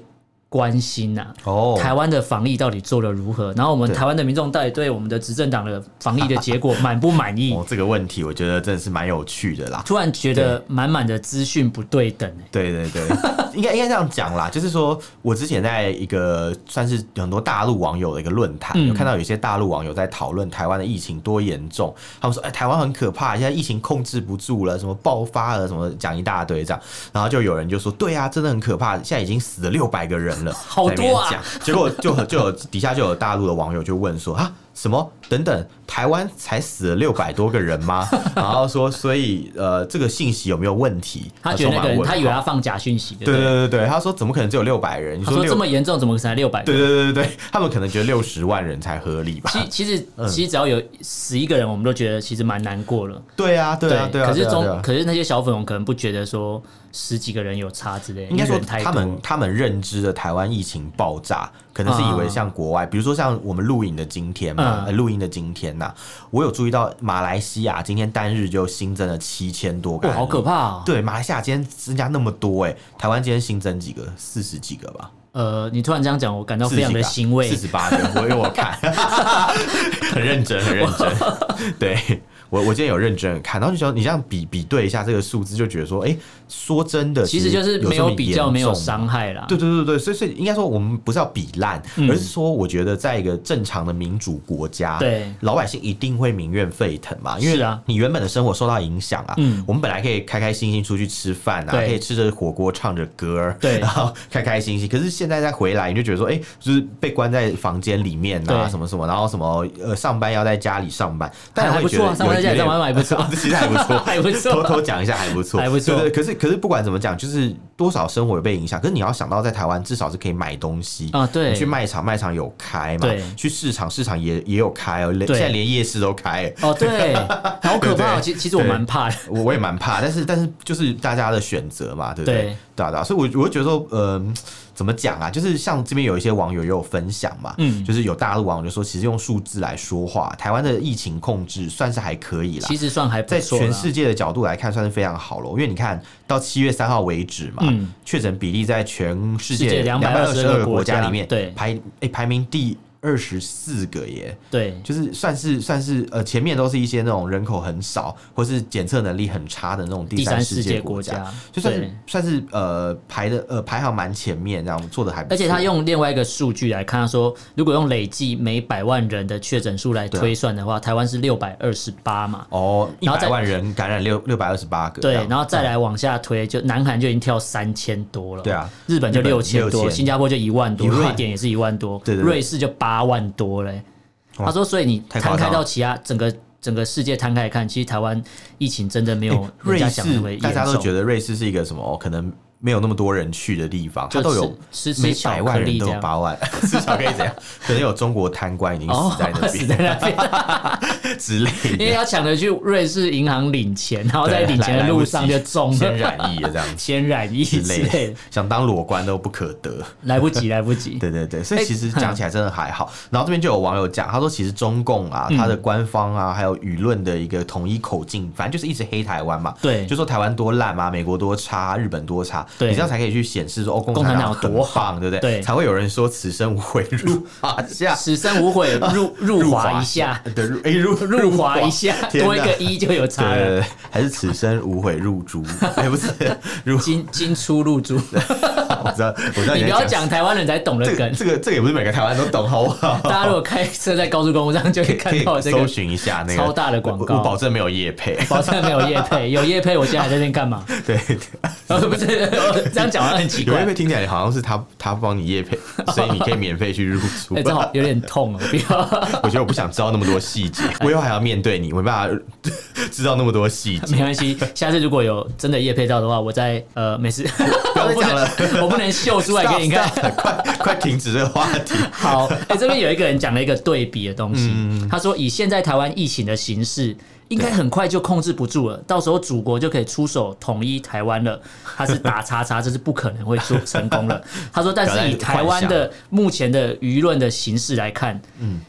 Speaker 2: 关心呐、
Speaker 1: 哦
Speaker 2: 台湾的防疫到底做得如何？然后我们
Speaker 1: 对
Speaker 2: 台湾的民众到底对我们的执政党的防疫的结果满不 满意？
Speaker 1: 哦，这个问题我觉得真的是蛮有趣的啦。
Speaker 2: 突然觉得满满的资讯不对等、欸，
Speaker 1: 对对对， 应该应该这样讲啦，就是说我之前在一个算是很多大陆网友的一个论坛，
Speaker 2: 嗯
Speaker 1: 有看到有些大陆网友在讨论台湾的疫情多严重，他们说哎、台湾很可怕，现在疫情控制不住了，什么爆发了，什么讲一大堆这样，然后就有人就说对啊，真的很可怕，现在已经死了六百个人了，
Speaker 2: 好
Speaker 1: 在那边
Speaker 2: 多啊
Speaker 1: 讲，结果 就很就有底下就有大陆的网友就问说啊。什么？等等，台湾才死了六百多个人吗？然后说，所以呃，这个信息有没有问题？
Speaker 2: 他觉得那个
Speaker 1: 充满
Speaker 2: 人
Speaker 1: 问
Speaker 2: 他以
Speaker 1: 号
Speaker 2: 为他放假讯息，对不
Speaker 1: 对
Speaker 2: 对？
Speaker 1: 对对对，他说怎么可能只有六百人？你
Speaker 2: 他说
Speaker 1: 六
Speaker 2: 这么严重，怎么才六百？
Speaker 1: 对对对对对， 他们可能觉得六十万人才合理吧？
Speaker 2: 其其实
Speaker 1: 嗯
Speaker 2: 其实只要有十一个人，我们都觉得其实蛮难过了。
Speaker 1: 对啊对啊对啊，
Speaker 2: 可是
Speaker 1: 对啊
Speaker 2: 中、
Speaker 1: 对啊
Speaker 2: 可是那些小粉红可能不觉得说十几个人有差之类的，
Speaker 1: 应该
Speaker 2: 因
Speaker 1: 说
Speaker 2: 为人太多
Speaker 1: 他们他们认知的台湾疫情爆炸，可能是以为像国外，比如说像我们录影的今天嘛
Speaker 2: 嗯，
Speaker 1: 呃录、音的今天呐、我有注意到马来西亚今天单日就新增了七千多个
Speaker 2: 哇，
Speaker 1: 案例，
Speaker 2: 好可怕啊、
Speaker 1: 对，马来西亚今天增加那么多哎、台湾今天新增几个？四十几个吧？
Speaker 2: 呃，你突然这样讲，我感到
Speaker 1: 四十
Speaker 2: 非常
Speaker 1: 几
Speaker 2: 的
Speaker 1: 个
Speaker 2: 欣慰
Speaker 1: 四。十八个，我有我 看，很认真，很认真。对我，我今天有认真地看，然后就想你这样比比对一下这个数字，就觉得说，哎、说真的，
Speaker 2: 其实就是
Speaker 1: 有
Speaker 2: 没
Speaker 1: 这么
Speaker 2: 有比较，
Speaker 1: 严
Speaker 2: 没有
Speaker 1: 重吗
Speaker 2: 伤害啦。
Speaker 1: 对对对对，所以所以应该说我们不是要比烂，
Speaker 2: 啊嗯
Speaker 1: 而是说我觉得在一个正常的民主国家，
Speaker 2: 对
Speaker 1: 老百姓一定会民怨沸腾嘛，因
Speaker 2: 是
Speaker 1: 为
Speaker 2: 啊
Speaker 1: 你原本的生活受到影响啊。
Speaker 2: 嗯
Speaker 1: 我们本来可以开开心心出去吃饭啊，
Speaker 2: 对
Speaker 1: 可以吃着火锅唱着歌儿，
Speaker 2: 对
Speaker 1: 然后开开心心。可是现在再回来，你就觉得说，哎、就是被关在房间里面啊，
Speaker 2: 对
Speaker 1: 什么什么，然后什么呃，上班要在家里上班，但
Speaker 2: 还
Speaker 1: 会
Speaker 2: 不
Speaker 1: 觉得
Speaker 2: 错啊，上班
Speaker 1: 有
Speaker 2: 在家里
Speaker 1: 有
Speaker 2: 上班
Speaker 1: 点，
Speaker 2: 还不错
Speaker 1: 其实还不 错，
Speaker 2: 还不
Speaker 1: 偷
Speaker 2: 错。
Speaker 1: 偷讲一下还不错，
Speaker 2: 还不错
Speaker 1: 对对，可是可是不管怎么讲，就是多少生活有被影响。可是你要想到，在台湾至少是可以买东西
Speaker 2: 啊对
Speaker 1: 你去卖场，卖场有开嘛
Speaker 2: 对，
Speaker 1: 去市场，市场也也有开哦，连
Speaker 2: 对
Speaker 1: 现在连夜市都开。
Speaker 2: 哦，对，好可怕、哦。其其实我
Speaker 1: 对
Speaker 2: 蛮怕的。
Speaker 1: 我我也蛮怕，但是但是就是大家的选择嘛，对不对？
Speaker 2: 对
Speaker 1: 对啊对啊，所以我我会觉得说，呃，怎么讲啊？就是像这边有一些网友也有分享嘛，
Speaker 2: 嗯
Speaker 1: 就是有大陆网友就说，其实用数字来说话，台湾的疫情控制算是还可以啦，
Speaker 2: 其实算还不
Speaker 1: 在
Speaker 2: 错啦
Speaker 1: 全世界的角度来看，算是非常好了。因为你看到七月三号为止嘛
Speaker 2: 嗯，
Speaker 1: 确诊、比例在全世
Speaker 2: 世界
Speaker 1: 界
Speaker 2: 222
Speaker 1: 222
Speaker 2: 个
Speaker 1: 个
Speaker 2: 国
Speaker 1: 国
Speaker 2: 家
Speaker 1: 家里面，
Speaker 2: 对
Speaker 1: 排诶排名第二十四个耶，
Speaker 2: 对
Speaker 1: 就是算是算是呃前面都是一些那种人口很少或是检测能力很差的那种
Speaker 2: 第
Speaker 1: 第
Speaker 2: 三
Speaker 1: 三世
Speaker 2: 世界
Speaker 1: 界
Speaker 2: 国
Speaker 1: 国
Speaker 2: 家
Speaker 1: 家，就算
Speaker 2: 对
Speaker 1: 是算是呃排的呃排行蛮前面，这样做的还不错，
Speaker 2: 而且他用另外一个数据来看，他说如果用累计每百万人的确诊数来
Speaker 1: 对啊
Speaker 2: 推算的话，台湾是六百二十八嘛。
Speaker 1: 哦一
Speaker 2: 然后再
Speaker 1: 百万人感染六六百二十八个这
Speaker 2: 对
Speaker 1: 样，，嗯
Speaker 2: 然后再来往下推，就南韩就已经跳三千多了，
Speaker 1: 对啊，
Speaker 2: 日本就
Speaker 1: 日本
Speaker 2: 六千多，
Speaker 1: 6000
Speaker 2: 新加坡就一万多，
Speaker 1: 一万
Speaker 2: 瑞典也是一万多，
Speaker 1: 对对对
Speaker 2: 瑞士就八万多嘞。
Speaker 1: 哇
Speaker 2: 他说，所以你
Speaker 1: 太夸张
Speaker 2: 摊开
Speaker 1: 了
Speaker 2: 到其他整个整个世界摊开来看，其实台湾疫情真的没有人
Speaker 1: 瑞
Speaker 2: 家讲的那么
Speaker 1: 士，
Speaker 2: 严
Speaker 1: 大家
Speaker 2: 重，
Speaker 1: 都觉得瑞士是一个什么？哦可能没有那么多人去的地方，它
Speaker 2: 就
Speaker 1: 都
Speaker 2: 是
Speaker 1: 有
Speaker 2: 吃吃
Speaker 1: 每
Speaker 2: 巧
Speaker 1: 百
Speaker 2: 克
Speaker 1: 万人
Speaker 2: 力
Speaker 1: 都
Speaker 2: 这
Speaker 1: 有
Speaker 2: 样。
Speaker 1: 八万， 至少可以怎样？可能有中国贪官已经
Speaker 2: 哦
Speaker 1: 死在那
Speaker 2: 死在
Speaker 1: 边
Speaker 2: 那 边，
Speaker 1: 之类
Speaker 2: 因为
Speaker 1: 的，
Speaker 2: 要抢着去瑞士银行领钱，然后在
Speaker 1: 对
Speaker 2: 领钱的
Speaker 1: 来来不
Speaker 2: 路
Speaker 1: 及
Speaker 2: 上就中
Speaker 1: 先
Speaker 2: 了，
Speaker 1: 染疫了这样子
Speaker 2: 先染疫
Speaker 1: 之
Speaker 2: 之
Speaker 1: 类
Speaker 2: 类
Speaker 1: 的
Speaker 2: 的，，
Speaker 1: 想当裸官都不可得。
Speaker 2: 来不及，来不及。
Speaker 1: 对对对，所
Speaker 2: 哎
Speaker 1: 以其 实讲起来真的还好。然后这边就有网友讲，他说其实中共啊，
Speaker 2: 嗯
Speaker 1: 他的官方啊，还有舆论的一个统一口径，反正就是一直黑台湾嘛，
Speaker 2: 对
Speaker 1: 就说台湾多烂嘛，美国多差，日本多差，
Speaker 2: 对
Speaker 1: 你这样才可以去显示说哦，共
Speaker 2: 共产
Speaker 1: 产
Speaker 2: 党
Speaker 1: 党
Speaker 2: 有多
Speaker 1: 棒，对不
Speaker 2: 对
Speaker 1: 对？才会有人说此生无悔入华 夏，
Speaker 2: 此生无悔，入入华一下，，
Speaker 1: 对，入哎 入
Speaker 2: 入华一下，哎
Speaker 1: 天
Speaker 2: 多一
Speaker 1: 哪
Speaker 2: 个一就有差
Speaker 1: 对对
Speaker 2: 了。
Speaker 1: 对，还是此生无悔入 猪，哎，不是入，
Speaker 2: 金金出 入珠，
Speaker 1: 我知道，我知道
Speaker 2: 你不要
Speaker 1: 在
Speaker 2: 讲台湾人才懂的
Speaker 1: 这个，
Speaker 2: 梗。
Speaker 1: 这个这个也不是每个台湾都懂，好不好？
Speaker 2: 大家如果开车在高速公路上，就可以
Speaker 1: 可
Speaker 2: 看
Speaker 1: 以
Speaker 2: 到这
Speaker 1: 搜
Speaker 2: 个，
Speaker 1: 寻一下那个
Speaker 2: 超大的广告
Speaker 1: 我我保证没有夜配。
Speaker 2: 保证没有业配，有业配我现在还在这边干嘛？
Speaker 1: 对，
Speaker 2: 呃不是 这样讲好像很奇
Speaker 1: 有
Speaker 2: 怪
Speaker 1: 一。被听起来好像是他他帮你 夜配，所以你可以免费去入住。
Speaker 2: 哎、这好有点痛哦，不要，
Speaker 1: 我觉得我不想知道那么多细节，
Speaker 2: 哎
Speaker 1: 我以后还要面对你，我没办法知道那么多细节。
Speaker 2: 没关系。下次如果有真的夜配到的话，我再呃，没事，我
Speaker 1: 要再
Speaker 2: 不
Speaker 1: 讲了
Speaker 2: 能，我不能秀 出来给你看。
Speaker 1: Stop, stop，快快停止这个话题。
Speaker 2: 好，哎、这边有一个人讲了一个对比的东西，他说以现在台湾疫情的形势，应该很快就控制不住了，到时候祖国就可以出手统一台湾了。他是打叉叉，这是不可能会做成功了。他说，但是以台湾的目前的舆论的形势来看，嗯。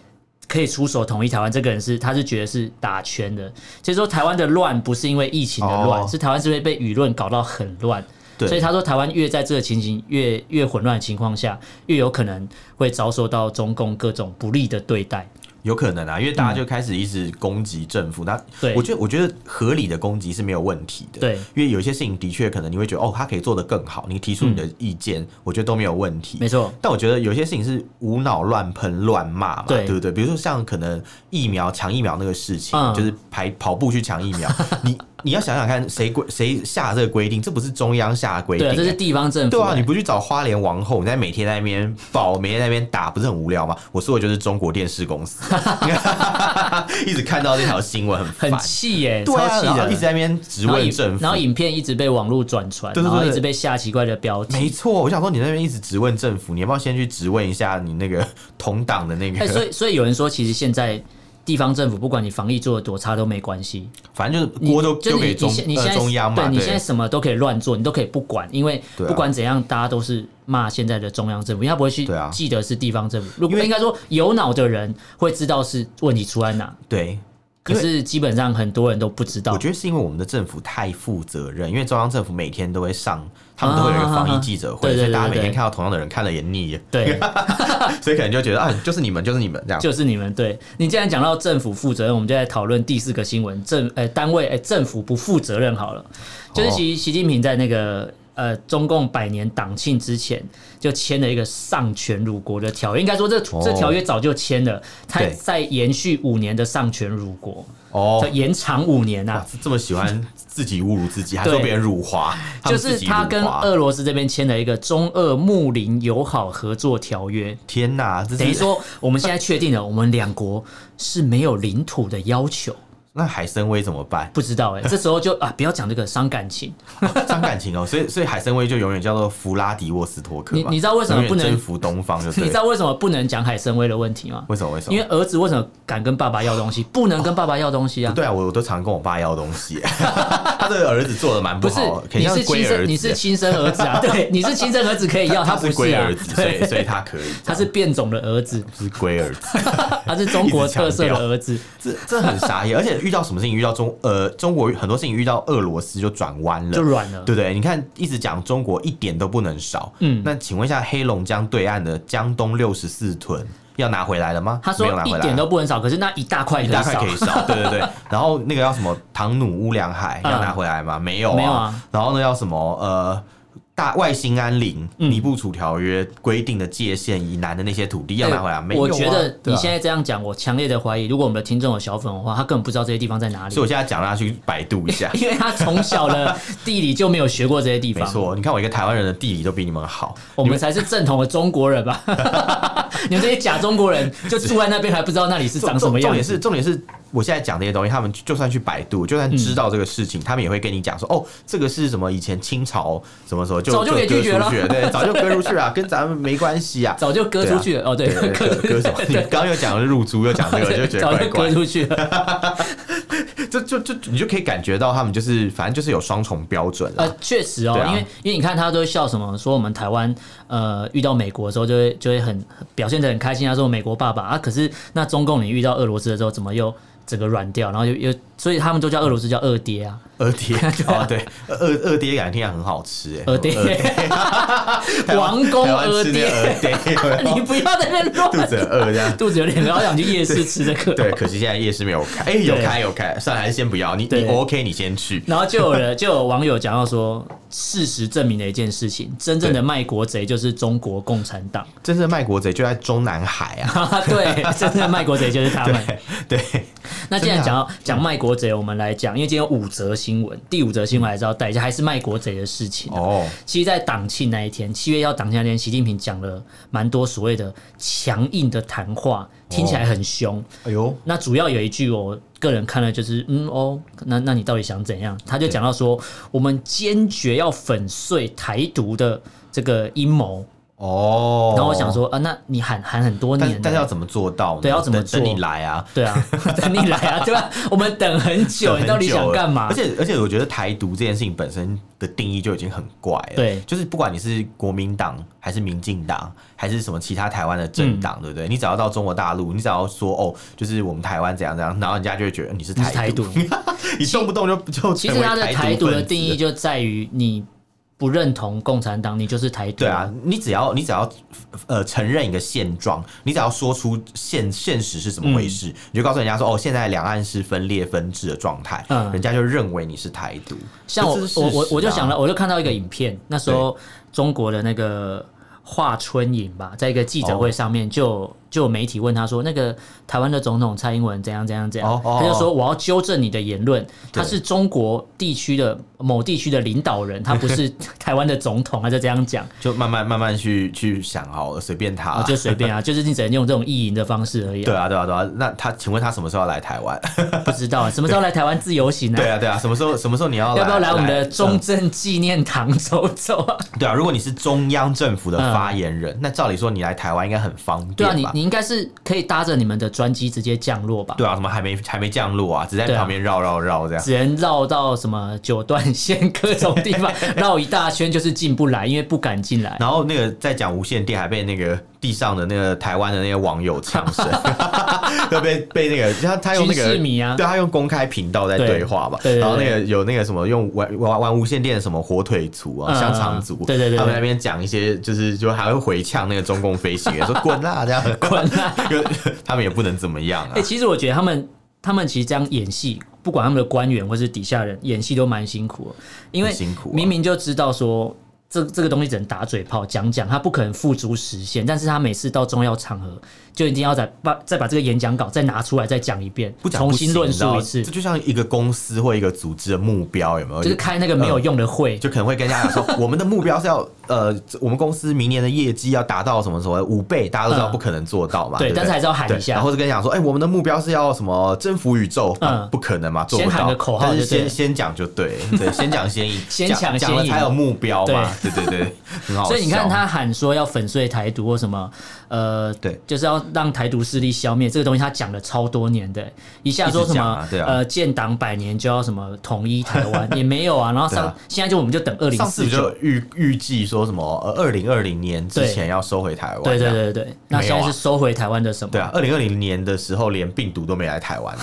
Speaker 2: 可以出手统一台湾，这个人是他是觉得是打圈的，所以说台湾的乱不是因为疫情的乱，
Speaker 1: 哦
Speaker 2: 是台湾是不是被舆论搞到很乱，
Speaker 1: 对
Speaker 2: 所以他说，台湾越在这个情形越越混乱的情况下，越有可能会遭受到中共各种不利的对待。
Speaker 1: 有可能啊，因为大家就开始一直攻击政府，那
Speaker 2: 嗯对
Speaker 1: 我觉得我觉得合理的攻击是没有问题的，
Speaker 2: 对
Speaker 1: 因为有一些事情的确可能你会觉得哦，他可以做得更好，你提出你的意见，我觉得都没有问题，
Speaker 2: 嗯没错。
Speaker 1: 但我觉得有些事情是无脑乱喷乱骂嘛，
Speaker 2: 对
Speaker 1: 对不对？比如说像可能疫苗抢疫苗那个事情，
Speaker 2: 嗯
Speaker 1: 就是排跑步去抢疫苗，你你要想想看谁规谁下这个规定，这不是中央下的规定、
Speaker 2: 对啊，这是地方政府、
Speaker 1: 对啊，
Speaker 2: 欸
Speaker 1: 你不去找花莲王后，你在每天在那边爆，每天在那边打，不是很无聊吗？我说的就是中国电视公司， 一直看到这条新闻很
Speaker 2: 很
Speaker 1: 烦，
Speaker 2: 气耶、
Speaker 1: 对
Speaker 2: 超
Speaker 1: 啊，
Speaker 2: 气
Speaker 1: 然后
Speaker 2: 的。
Speaker 1: 一直在那边质
Speaker 2: 然后
Speaker 1: 问
Speaker 2: 影
Speaker 1: 政府
Speaker 2: 然后。影片一直被网络转传，
Speaker 1: 对对对
Speaker 2: 然后一
Speaker 1: 对
Speaker 2: 直被下奇怪的标
Speaker 1: 没
Speaker 2: 题。
Speaker 1: 错，我想说你那边一直质问政府，你要不要先去质问一下你那个同党的那个？
Speaker 2: 哎、所以所以有人说，其实现在地方政府不管你防疫做的多差都没关系，
Speaker 1: 反正就是
Speaker 2: 你
Speaker 1: 锅都
Speaker 2: 就
Speaker 1: 丢
Speaker 2: 是
Speaker 1: 给
Speaker 2: 你
Speaker 1: 中
Speaker 2: 你现你现
Speaker 1: 呃
Speaker 2: 在
Speaker 1: 中央嘛，
Speaker 2: 对你现在
Speaker 1: 对
Speaker 2: 什么都可以乱做，你都可以不管，因为
Speaker 1: 对啊
Speaker 2: 不管怎样，大家都是骂现在的中央政府，因为他不会去
Speaker 1: 对啊
Speaker 2: 记得是地方政府。如
Speaker 1: 因
Speaker 2: 果
Speaker 1: 为
Speaker 2: 应该说有脑的人会知道是问题出在哪，
Speaker 1: 对。
Speaker 2: 可是基本上很多人都不知道
Speaker 1: 我。觉得是因为我们的政府太负责任，因为中央政府每天都会上，他们都会有一个防疫记者
Speaker 2: 啊对
Speaker 1: 会，
Speaker 2: 对
Speaker 1: 所以大家
Speaker 2: 对对
Speaker 1: 每天看到同样的人看了也腻了，
Speaker 2: 对，
Speaker 1: 所以可能就觉得啊，就是你们，就是你们这样。
Speaker 2: 就是你们对。你既然讲到政府负责任，我们就来讨论第四个新闻：政呃单位呃政府不负责任好了。就是
Speaker 1: 哦
Speaker 2: 习习近平在那个呃中共百年党庆之前，就签了一个丧权辱国的条约。应该说这这条约早就签了，他
Speaker 1: 哦对
Speaker 2: 在延续五年的丧权辱国，
Speaker 1: 哦
Speaker 2: 就，延长五年啊
Speaker 1: 哇。这么喜欢自己侮辱自己，还说
Speaker 2: 对
Speaker 1: 别人辱华，哦他
Speaker 2: 就
Speaker 1: 们自
Speaker 2: 是
Speaker 1: 己
Speaker 2: 他
Speaker 1: 辱
Speaker 2: 跟
Speaker 1: 华
Speaker 2: 俄罗斯这边签了一个中俄睦邻友好合作条约，
Speaker 1: 天哪，这
Speaker 2: 等于
Speaker 1: 是
Speaker 2: 说我们现在确定了，我们两国是没有领土的要求。
Speaker 1: 那海参崴怎么办？
Speaker 2: 不知道哎、这时候就啊，不要讲这个伤感情。
Speaker 1: 伤感情哦，所以所以海参崴就永远叫做弗拉迪沃斯托克
Speaker 2: 你
Speaker 1: 嘛
Speaker 2: 你知道为什么
Speaker 1: 永远
Speaker 2: 不能
Speaker 1: 征服东方？就
Speaker 2: 你
Speaker 1: 对了，
Speaker 2: 知道为什么不能讲海参崴的问题吗？
Speaker 1: 为什么？为什么？
Speaker 2: 因为儿子为什么敢跟爸爸要东西， 不能跟爸爸要东西啊？
Speaker 1: 对啊，我我都常跟我爸要东 西，他的儿子做的蛮
Speaker 2: 不是
Speaker 1: 好，，很
Speaker 2: 你
Speaker 1: 像
Speaker 2: 是亲
Speaker 1: 龟儿
Speaker 2: 生，
Speaker 1: 子，
Speaker 2: 你是亲生儿子 啊？对，你是亲生儿子可以要，
Speaker 1: 他
Speaker 2: 不
Speaker 1: 龟
Speaker 2: 啊
Speaker 1: 儿子，，所以所
Speaker 2: 对，
Speaker 1: 以他可以，
Speaker 2: 他是变种的 儿子，
Speaker 1: 是龟儿子，
Speaker 2: 他是中国特色
Speaker 1: 一直
Speaker 2: 的
Speaker 1: 强调
Speaker 2: 儿子。
Speaker 1: 这这很傻 眼，而且遇到什么事情，遇到中呃中国很多事情遇到俄罗斯就转弯了，
Speaker 2: 就软了
Speaker 1: 对不对？你看一直讲中国一点都不能少，
Speaker 2: 嗯
Speaker 1: 嗯，那请问一下黑龙江对岸的江东六十四屯要拿回来了吗？
Speaker 2: 他
Speaker 1: 没有
Speaker 2: 说
Speaker 1: 拿
Speaker 2: 一
Speaker 1: 回来
Speaker 2: 点
Speaker 1: 啊。
Speaker 2: 都不能少，可是那一大块可
Speaker 1: 一
Speaker 2: 以
Speaker 1: 大块
Speaker 2: 少
Speaker 1: 可。以 少，对对对。然后那个要什么唐努乌梁海
Speaker 2: 嗯
Speaker 1: 要拿回来吗？没有啊。
Speaker 2: 没有啊
Speaker 1: 然后呢，要什么呃大外兴安岭
Speaker 2: 嗯
Speaker 1: 尼布楚条约规定的界限以南的那些土地要拿回来？没有啊。
Speaker 2: 我觉得
Speaker 1: 对
Speaker 2: 你
Speaker 1: 啊
Speaker 2: 现在这样讲，我强烈的怀疑，如果我们的听众有小粉的话，他根本不知道这些地方在哪里
Speaker 1: 所以。我现在讲让他去百度一下
Speaker 2: 。因为他从小的地理就没有学过这些地
Speaker 1: 没
Speaker 2: 方，
Speaker 1: 错，你看我一个台湾人的地理都比你们好，
Speaker 2: 我们才是正统的中国人吧？ 你们这些假中国人就住在那边，还不知道那里是长什么
Speaker 1: 重重
Speaker 2: 样
Speaker 1: 点
Speaker 2: 子。
Speaker 1: 是，重点是我现在讲这些东西，他们就算去百度，就算知道这个事情，他们也会跟你讲说，哦，这个是什么？以前清朝什么时候就
Speaker 2: 嗯早就给
Speaker 1: 割
Speaker 2: 拒绝了
Speaker 1: 出去对，早就割出去了，啊跟咱们没关系啊。
Speaker 2: 早就割出去了、 哦，对，
Speaker 1: 对
Speaker 2: 割
Speaker 1: 割割什么？你刚刚又讲入租，又讲 这个，我就觉得
Speaker 2: 啊早就
Speaker 1: 怪
Speaker 2: 割
Speaker 1: 怪。
Speaker 2: 出去了。
Speaker 1: 就就就你就可以感觉到他们就是，反正就是有双重标准了。
Speaker 2: 呃，确实哦，
Speaker 1: 对啊
Speaker 2: 因为因为你看他都会笑什么，说我们台湾呃遇到美国的时候就会就会很表现的很开心，他说美国爸爸啊，可是那中共你遇到俄罗斯的时候怎么又整个软掉，然后又又所以他们都叫俄罗斯叫二爹 啊，
Speaker 1: 二爹哦，对，二二二爹感觉听起来很好吃哎，
Speaker 2: 二爹，
Speaker 1: 台湾
Speaker 2: 王宫
Speaker 1: 台湾
Speaker 2: 二
Speaker 1: 吃那
Speaker 2: 爹，
Speaker 1: 二爹，有没有
Speaker 2: 你不要在那边
Speaker 1: 肚
Speaker 2: 乱
Speaker 1: 子很饿这样。
Speaker 2: 肚子有点饿，我想去夜市吃这个。
Speaker 1: 对，可惜现在夜市没有开。哎、有开有开，算了，还是先不要。你
Speaker 2: 对
Speaker 1: 你 OK，你先去。
Speaker 2: 然后就有人就有网友讲到说，事实证明了一件事情，真正的卖国贼就是中国共产党。
Speaker 1: 真正的卖国贼就在中南海啊。
Speaker 2: 对，真正的卖国贼就是他们。
Speaker 1: 对对，
Speaker 2: 那既然
Speaker 1: 真的
Speaker 2: 讲
Speaker 1: 啊
Speaker 2: 到讲卖国贼，我们来讲，因为今天有五则新闻，第五则新闻还是要带一下，还是卖国贼的事情啊、
Speaker 1: 哦，
Speaker 2: 其实，在党庆那一天，七月一号党庆那天，习近平讲了蛮多所谓的强硬的谈话，听起来很凶。
Speaker 1: 哎呦，
Speaker 2: 那主要有一句，我个人看了就是，嗯哦，那那你到底想怎样？他就讲到说，我们坚决要粉碎台独的这个阴谋。
Speaker 1: 哦，
Speaker 2: 然后我想，说，啊，那你喊喊很多年
Speaker 1: 但
Speaker 2: 了，
Speaker 1: 但是要怎么做到呢？
Speaker 2: 对要怎么
Speaker 1: 等等
Speaker 2: 做
Speaker 1: 你来啊？
Speaker 2: 对啊， 等你来啊，对吧？我们等很 久，你到底想干嘛
Speaker 1: 而？且而且，我觉得台独这件事情本身的定义就已经很怪了。
Speaker 2: 对
Speaker 1: 就是不管你是国民党还是民进党，还是什么其他台湾的政党，
Speaker 2: 嗯
Speaker 1: 对不对？你只要到中国大陆，你只要说哦，就是我们台湾怎样怎样，然后人家就会觉得你是
Speaker 2: 你是
Speaker 1: 台
Speaker 2: 台
Speaker 1: 独
Speaker 2: 独，
Speaker 1: 你动不动就就
Speaker 2: 其
Speaker 1: 成
Speaker 2: 实
Speaker 1: 为
Speaker 2: 他的台独
Speaker 1: 独
Speaker 2: 的
Speaker 1: 分子
Speaker 2: 定义就在于你不认同共产党，你就是台独。
Speaker 1: 对啊，你只要你只要呃承认一个现状，你只要说出现现实是怎么
Speaker 2: 嗯
Speaker 1: 回事，你就告诉人家说哦，现在两岸是分裂分治的状态，
Speaker 2: 嗯
Speaker 1: 人家就认为你是台独。
Speaker 2: 像我
Speaker 1: 这是
Speaker 2: 我我
Speaker 1: 事实
Speaker 2: 我就
Speaker 1: 啊
Speaker 2: 想了，我就看到一个影片，那时候中国的那个华春莹吧，在一个记者会上面就、
Speaker 1: 哦
Speaker 2: 就有媒体问他说，那个台湾的总统蔡英文怎样怎样怎样，
Speaker 1: 哦哦
Speaker 2: 他就
Speaker 1: 哦
Speaker 2: 说我要纠正你的言论，他
Speaker 1: 对
Speaker 2: 是中国地区的某地区的领导人，他不是台湾的总统，他就这 样讲，
Speaker 1: 就慢慢慢慢去去想好了，随便他、
Speaker 2: 啊就 随便啊，就是你只能用这种意淫的方式而已、
Speaker 1: 对
Speaker 2: 啊，
Speaker 1: 啊，对啊，对啊。那他，请问他什么时候要来台 湾？
Speaker 2: 不知道啊什么时候来台湾自由行呢、
Speaker 1: 对啊，对啊，什么时候，什么时候你要
Speaker 2: 要不要
Speaker 1: 来
Speaker 2: 来我们的中
Speaker 1: 嗯
Speaker 2: 正纪念堂走走啊？
Speaker 1: 对啊，如果你是中央政府的发言人，那照理说你来台湾应该很方便
Speaker 2: 嗯对啊，你
Speaker 1: 吧？
Speaker 2: 你应该是可以搭着你们的专机直接降落吧？
Speaker 1: 对啊，什么还没还没降落啊，只在
Speaker 2: 对啊
Speaker 1: 旁边绕绕绕这样。
Speaker 2: 只能绕到什么九段线各种地 方绕一大圈，就是进不来，因为不敢进来。
Speaker 1: 然后那个在讲无线电，还被那个地上的那个台湾的那些网友呛 声，就被被那个他他用那
Speaker 2: 军
Speaker 1: 个
Speaker 2: 事迷啊
Speaker 1: 对他用公开频道在
Speaker 2: 对
Speaker 1: 对话吧，
Speaker 2: 对对对
Speaker 1: 然后那个有那个什么用玩玩玩无线电的什么火腿族啊、
Speaker 2: 嗯
Speaker 1: 香肠族，
Speaker 2: 对对对对
Speaker 1: 他们在那边讲一些就是就还会回呛那个中共飞行员 说滚啦这样，
Speaker 2: 滚啊！
Speaker 1: 他们也不能怎么样啊
Speaker 2: 哎、，其实我觉得他们他们其实这样演戏，不管他们的官员或是底下人演戏都蛮辛苦的，因为
Speaker 1: 很辛苦啊
Speaker 2: 明明就知道说。这这个东西只能打嘴炮讲讲，他不可能付诸实现。但是他每次到重要场合，就一定要再把再把这个演讲稿再拿出来再讲一遍，
Speaker 1: 不讲不
Speaker 2: 重新
Speaker 1: 行
Speaker 2: 论
Speaker 1: 你知道
Speaker 2: 述一次
Speaker 1: 这，就像一个公司或一个组织的目标有没有？
Speaker 2: 就是开那个没有
Speaker 1: 嗯
Speaker 2: 用的会，
Speaker 1: 就可能会跟大家 讲说，我们的目标是要呃，我们公司明年的业绩要达到什么什么五倍，大家都知道
Speaker 2: 嗯
Speaker 1: 不可能做到嘛，
Speaker 2: 对
Speaker 1: 不
Speaker 2: 但是还是要喊
Speaker 1: 对
Speaker 2: 一下
Speaker 1: 然后就跟你讲说，哎，我们的目标是要什么征服宇宙，
Speaker 2: 嗯
Speaker 1: 啊不可能嘛，做
Speaker 2: 先
Speaker 1: 不
Speaker 2: 喊
Speaker 1: 到
Speaker 2: 个口号
Speaker 1: 但是
Speaker 2: 就对
Speaker 1: 先先讲就对， 对，先讲先赢，
Speaker 2: 先
Speaker 1: 讲
Speaker 2: 抢
Speaker 1: 讲了
Speaker 2: 先赢
Speaker 1: 才有目标嘛，对对 对，很好笑，
Speaker 2: 所以你看，他喊说要粉碎台独或什么，呃，
Speaker 1: 对，
Speaker 2: 就是要让台独势力消灭这个东西，他讲了超多年的，一下说什
Speaker 1: 一直
Speaker 2: 么、
Speaker 1: 讲啊对啊
Speaker 2: 呃建党百年就要什么统一台 湾也没有啊，然后上、
Speaker 1: 对啊
Speaker 2: 现在就我们就等二零
Speaker 1: 上次
Speaker 2: 四
Speaker 1: 不
Speaker 2: 九，
Speaker 1: 就啊预预计说什么呃，二零二零年之
Speaker 2: 对
Speaker 1: 前要收回台湾，
Speaker 2: 对
Speaker 1: 这
Speaker 2: 对
Speaker 1: 样
Speaker 2: 对对对，那
Speaker 1: 没
Speaker 2: 现
Speaker 1: 有啊
Speaker 2: 在是收回台湾的什么？
Speaker 1: 对啊，二零二零年的时候连病毒都没来台 湾，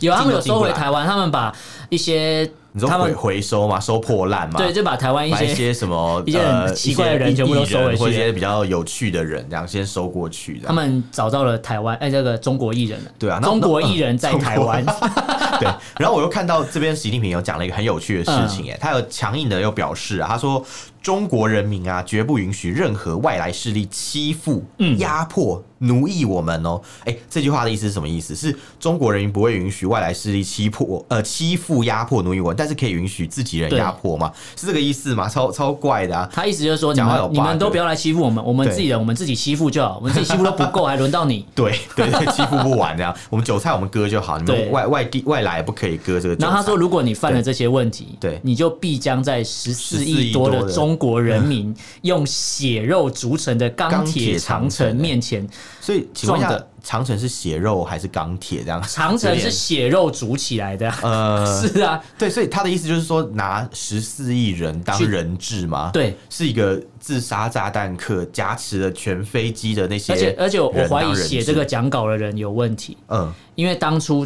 Speaker 2: 有啊他们有
Speaker 1: 进都进
Speaker 2: 收
Speaker 1: 不
Speaker 2: 回
Speaker 1: 来
Speaker 2: 台湾，他们把一些
Speaker 1: 你说
Speaker 2: 他
Speaker 1: 回
Speaker 2: 们
Speaker 1: 回收嘛，收破烂嘛，
Speaker 2: 对就把台湾一
Speaker 1: 把一
Speaker 2: 些。
Speaker 1: 些什么
Speaker 2: 一些很
Speaker 1: 呃
Speaker 2: 奇怪的人
Speaker 1: 一些
Speaker 2: 全部都
Speaker 1: 艺
Speaker 2: 收回去
Speaker 1: 或者一些比较有趣的人，这样先收过去这样。
Speaker 2: 他们找到了台湾，哎，这个中国艺人了。
Speaker 1: 对啊那
Speaker 2: 中国艺人在
Speaker 1: 中国
Speaker 2: 台湾，
Speaker 1: 对，然后我又看到这边习近平有讲了一个很有趣的事
Speaker 2: 嗯
Speaker 1: 情、哎、他有强硬的又表示啊，他说中国人民啊，绝不允许任何外来势力欺负、
Speaker 2: 嗯
Speaker 1: 压迫、奴役我们哦。哎、这句话的意思是什么意思？是中国人民不会允许外来势力欺迫、呃欺负、压迫、奴役我们，但是可以允许自己人
Speaker 2: 对
Speaker 1: 压迫吗？是这个意思吗？超超怪的啊！
Speaker 2: 他意思就是说，你
Speaker 1: 讲话有
Speaker 2: 们你们
Speaker 1: bug
Speaker 2: 都不要来欺负我们，我们
Speaker 1: 对
Speaker 2: 自己人，我们自己欺负就好，我们自己欺负都不够，还轮到 你。
Speaker 1: 对对对，欺负不完这样。我们韭菜我们割就好，你
Speaker 2: 对
Speaker 1: 们外外地外来不可以割这个韭菜。
Speaker 2: 然后他说，如果你犯了这些问题，
Speaker 1: 对
Speaker 2: 你就必将在十四
Speaker 1: 14
Speaker 2: 亿
Speaker 1: 亿
Speaker 2: 多的
Speaker 1: 多的
Speaker 2: 中国 人民用血肉筑成的钢
Speaker 1: 钢
Speaker 2: 铁
Speaker 1: 铁
Speaker 2: 长
Speaker 1: 长
Speaker 2: 城
Speaker 1: 城
Speaker 2: 面前，
Speaker 1: 所以请问一
Speaker 2: 撞
Speaker 1: 下
Speaker 2: 的，
Speaker 1: 长城是血肉还是钢铁这样？
Speaker 2: 长城
Speaker 1: 有
Speaker 2: 是
Speaker 1: 点
Speaker 2: 血肉筑起来的啊。
Speaker 1: 呃，
Speaker 2: 是啊，
Speaker 1: 对，所以他的意思就是说，拿十四亿人当
Speaker 2: 去
Speaker 1: 人质吗？，
Speaker 2: 对，
Speaker 1: 是一个自杀炸弹客夹持了全飞机的那些
Speaker 2: 而且
Speaker 1: 人当人质，
Speaker 2: 而且我怀疑写这个讲稿的人有问题，
Speaker 1: 嗯，
Speaker 2: 因为当初。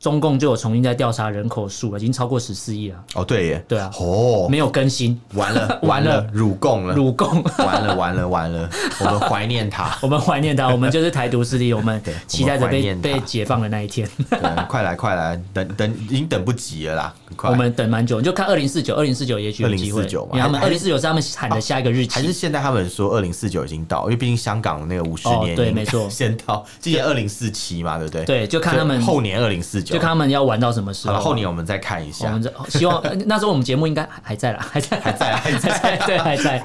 Speaker 2: 中共就有重新在调查人口数了，已经超过十四亿了，
Speaker 1: 哦，对耶，
Speaker 2: 对啊
Speaker 1: 哦，
Speaker 2: 没有更新，
Speaker 1: 完了
Speaker 2: 完了
Speaker 1: 了，辱共了，
Speaker 2: 辱共。
Speaker 1: 完了完了完了，我们怀念他，
Speaker 2: 我们怀念他，我们就是台独势力，我们
Speaker 1: 对我们
Speaker 2: 期待着
Speaker 1: 怀
Speaker 2: 被
Speaker 1: 念他
Speaker 2: 被解放的那一天。
Speaker 1: 对，快来快来，等等，已经等不及了啦，很快，
Speaker 2: 我们等蛮久，你就看二零四九，二零四九也许有机会，
Speaker 1: 2049嘛
Speaker 2: 因为他们
Speaker 1: 还
Speaker 2: 二零四九是他们喊的下一个日期，
Speaker 1: 还是现在他们说二零四九已经到，因为毕竟香港那个五十
Speaker 2: 哦
Speaker 1: 年已
Speaker 2: 对
Speaker 1: 经
Speaker 2: 没错
Speaker 1: 先到，今年二零四七嘛，对不对？
Speaker 2: 对就看他们
Speaker 1: 所以后年二零四九，
Speaker 2: 就看他们要哦玩到什么时
Speaker 1: 好
Speaker 2: 候。
Speaker 1: 了，后年我们再看一
Speaker 2: 我
Speaker 1: 下
Speaker 2: 们。这希望 呃那时候我们节目应该还在啦，还在，还
Speaker 1: 在啊 还在
Speaker 2: 对， 还在。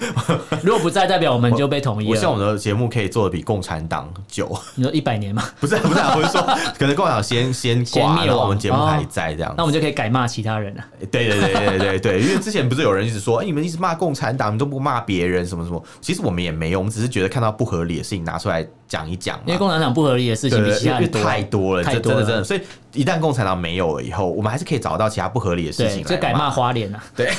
Speaker 2: 如果不在，代表我们就被统一
Speaker 1: 我希望
Speaker 2: 了。
Speaker 1: 我们的节目可以做的比共产党久，
Speaker 2: 你说一百年嘛，
Speaker 1: 不是啊不是啊，我是说，可能共产党先先
Speaker 2: 先
Speaker 1: 挂，
Speaker 2: 灭
Speaker 1: 然后
Speaker 2: 亡
Speaker 1: 我们节目
Speaker 2: 哦
Speaker 1: 还在这样哎
Speaker 2: 那我们就可以改骂其他人啊了。
Speaker 1: 对对对对对对，因为之前不是有人一直说，哎、你们一直骂共产党，你们都不骂别人什么什么。其实我们也没有，我们只是觉得看到不合理的事情拿出来讲一讲嘛。
Speaker 2: 因为共产党不合理的事
Speaker 1: 对
Speaker 2: 情比
Speaker 1: 对
Speaker 2: 其他
Speaker 1: 对，因为
Speaker 2: 人多，啊
Speaker 1: 太多了，
Speaker 2: 太
Speaker 1: 这
Speaker 2: 多
Speaker 1: 真的
Speaker 2: 了
Speaker 1: 真的。所以一旦共产党没有了以后，我们还是可以找到其他不合理的事
Speaker 2: 对，
Speaker 1: 情
Speaker 2: 就
Speaker 1: 来
Speaker 2: 改骂花莲啊，
Speaker 1: 对，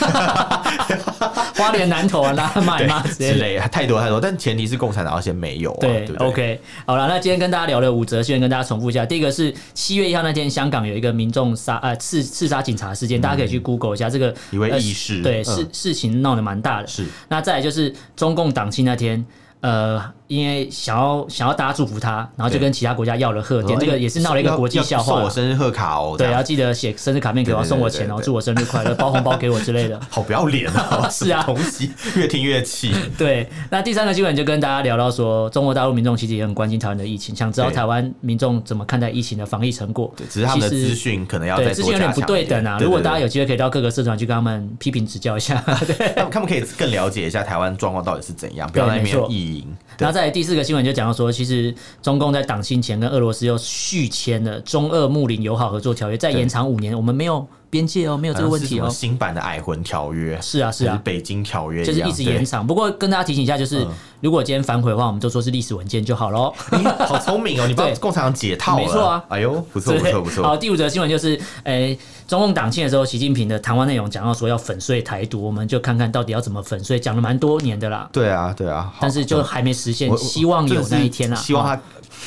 Speaker 2: 花莲南投啊，拉骂一骂之
Speaker 1: 之
Speaker 2: 类的。
Speaker 1: 类的，太多太多。但前提是共产党要先没有、啊，对
Speaker 2: 对
Speaker 1: 不
Speaker 2: 哦
Speaker 1: 对
Speaker 2: o k 好了，那今天跟大家聊了五则新闻，跟大家重复一下。第一个是七月一号那天，香港有一个民众杀呃刺刺杀警察事件，大家可以去 Google 一下这个
Speaker 1: 嗯一位
Speaker 2: 呃
Speaker 1: 义士
Speaker 2: 对
Speaker 1: 嗯
Speaker 2: 事事情闹得蛮大的。
Speaker 1: 是
Speaker 2: 那再来就是中共党庆那天。呃，因为想要想要大家祝福他，然后就
Speaker 1: 对
Speaker 2: 跟其他国家要了贺电，
Speaker 1: 说
Speaker 2: 这个也是闹了一个
Speaker 1: 要
Speaker 2: 国际
Speaker 1: 要
Speaker 2: 笑话啊
Speaker 1: 送
Speaker 2: 啦
Speaker 1: 我。生日贺卡哦，这
Speaker 2: 对，
Speaker 1: 样
Speaker 2: 要记得写生日卡片给我，
Speaker 1: 对
Speaker 2: 要
Speaker 1: 对
Speaker 2: 送我
Speaker 1: 对
Speaker 2: 钱哦，
Speaker 1: 对对
Speaker 2: 祝我生日快乐，包红包给我之类的。
Speaker 1: 好不要脸哦，
Speaker 2: 是啊
Speaker 1: 什么东西越听越气。
Speaker 2: 对，那第三个新闻就跟大家聊到说，中国大陆民众其实也很关心台湾的疫情，想知道
Speaker 1: 对
Speaker 2: 台湾民众怎么看待疫情的防疫成果。
Speaker 1: 对，只是他们的
Speaker 2: 其实
Speaker 1: 资讯可能要
Speaker 2: 对，
Speaker 1: 再
Speaker 2: 资
Speaker 1: 多
Speaker 2: 讯有点
Speaker 1: 加
Speaker 2: 不
Speaker 1: 强
Speaker 2: 对
Speaker 1: 一
Speaker 2: 等
Speaker 1: 点
Speaker 2: 啊。如果大
Speaker 1: 对
Speaker 2: 家有机会可以到各个社团去跟他们批评指 教一下。对，
Speaker 1: 他们他们可以更了解一下台湾状况到底是怎样，不要在那
Speaker 2: 没
Speaker 1: 边
Speaker 2: 错
Speaker 1: 意淫。
Speaker 2: 然
Speaker 1: 对
Speaker 2: 后再来第四个新闻就讲到说，其实中共在党庆前跟俄罗斯又续签了中俄睦邻友好合作条约，再延长五年，我们没有边界哦，没有这个问题
Speaker 1: 好像是什么哎
Speaker 2: 哦。
Speaker 1: 新版的矮魂条约
Speaker 2: 是啊，是
Speaker 1: 还
Speaker 2: 啊。
Speaker 1: 北京条约
Speaker 2: 就是
Speaker 1: 样
Speaker 2: 一直延。长，不过跟大家提醒一下，就是、
Speaker 1: 嗯
Speaker 2: 如果今天反悔的话，我们就说是历史文件就好喽。
Speaker 1: 对你好聪明哦，你帮
Speaker 2: 对
Speaker 1: 共产党解套了，
Speaker 2: 没错啊
Speaker 1: 哎呦，不错
Speaker 2: 对
Speaker 1: 不错不
Speaker 2: 好，
Speaker 1: 错，
Speaker 2: 第五则新闻就是，诶、中共党庆的时候，习近平的谈话内容讲到说要粉碎台独，我们就看看到底要怎么粉碎，讲了蛮多年的啦，
Speaker 1: 对啊对啊，好
Speaker 2: 但是就还没实现，
Speaker 1: 我
Speaker 2: 希望有那一天
Speaker 1: 真的
Speaker 2: 啦。
Speaker 1: 是希望他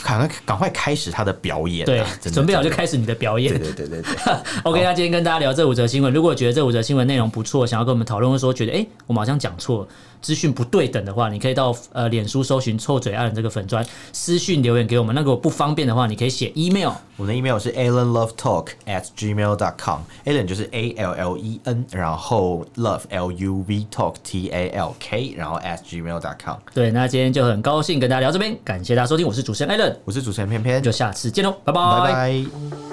Speaker 1: 赶快赶快开始他的表演啊，
Speaker 2: 对，
Speaker 1: 真的
Speaker 2: 准备好就
Speaker 1: 真的
Speaker 2: 开始你的表演
Speaker 1: 对。对对对 对，
Speaker 2: OK，那今天跟大家聊这五则新闻。如果觉得这五则新闻内容不错，想要跟我们讨论，或者说觉得诶我们好像讲错，资讯不对等的话，你可以到呃脸书搜寻“臭嘴爱人”这个粉砖私讯留言给我们。那如果不方便的话，你可以写 email。
Speaker 1: 我的 email 是 allenlovetalk at gmail dot com，allen 就是 a l l e n，然后 love l u v talk t a l k，然后 at gmail dot com。
Speaker 2: 对，那今天就很高兴跟大家聊这边，感谢大家收听，我是主持人 Allen，
Speaker 1: 我是主持人偏偏
Speaker 2: 就，下次见喽，拜
Speaker 1: 拜拜。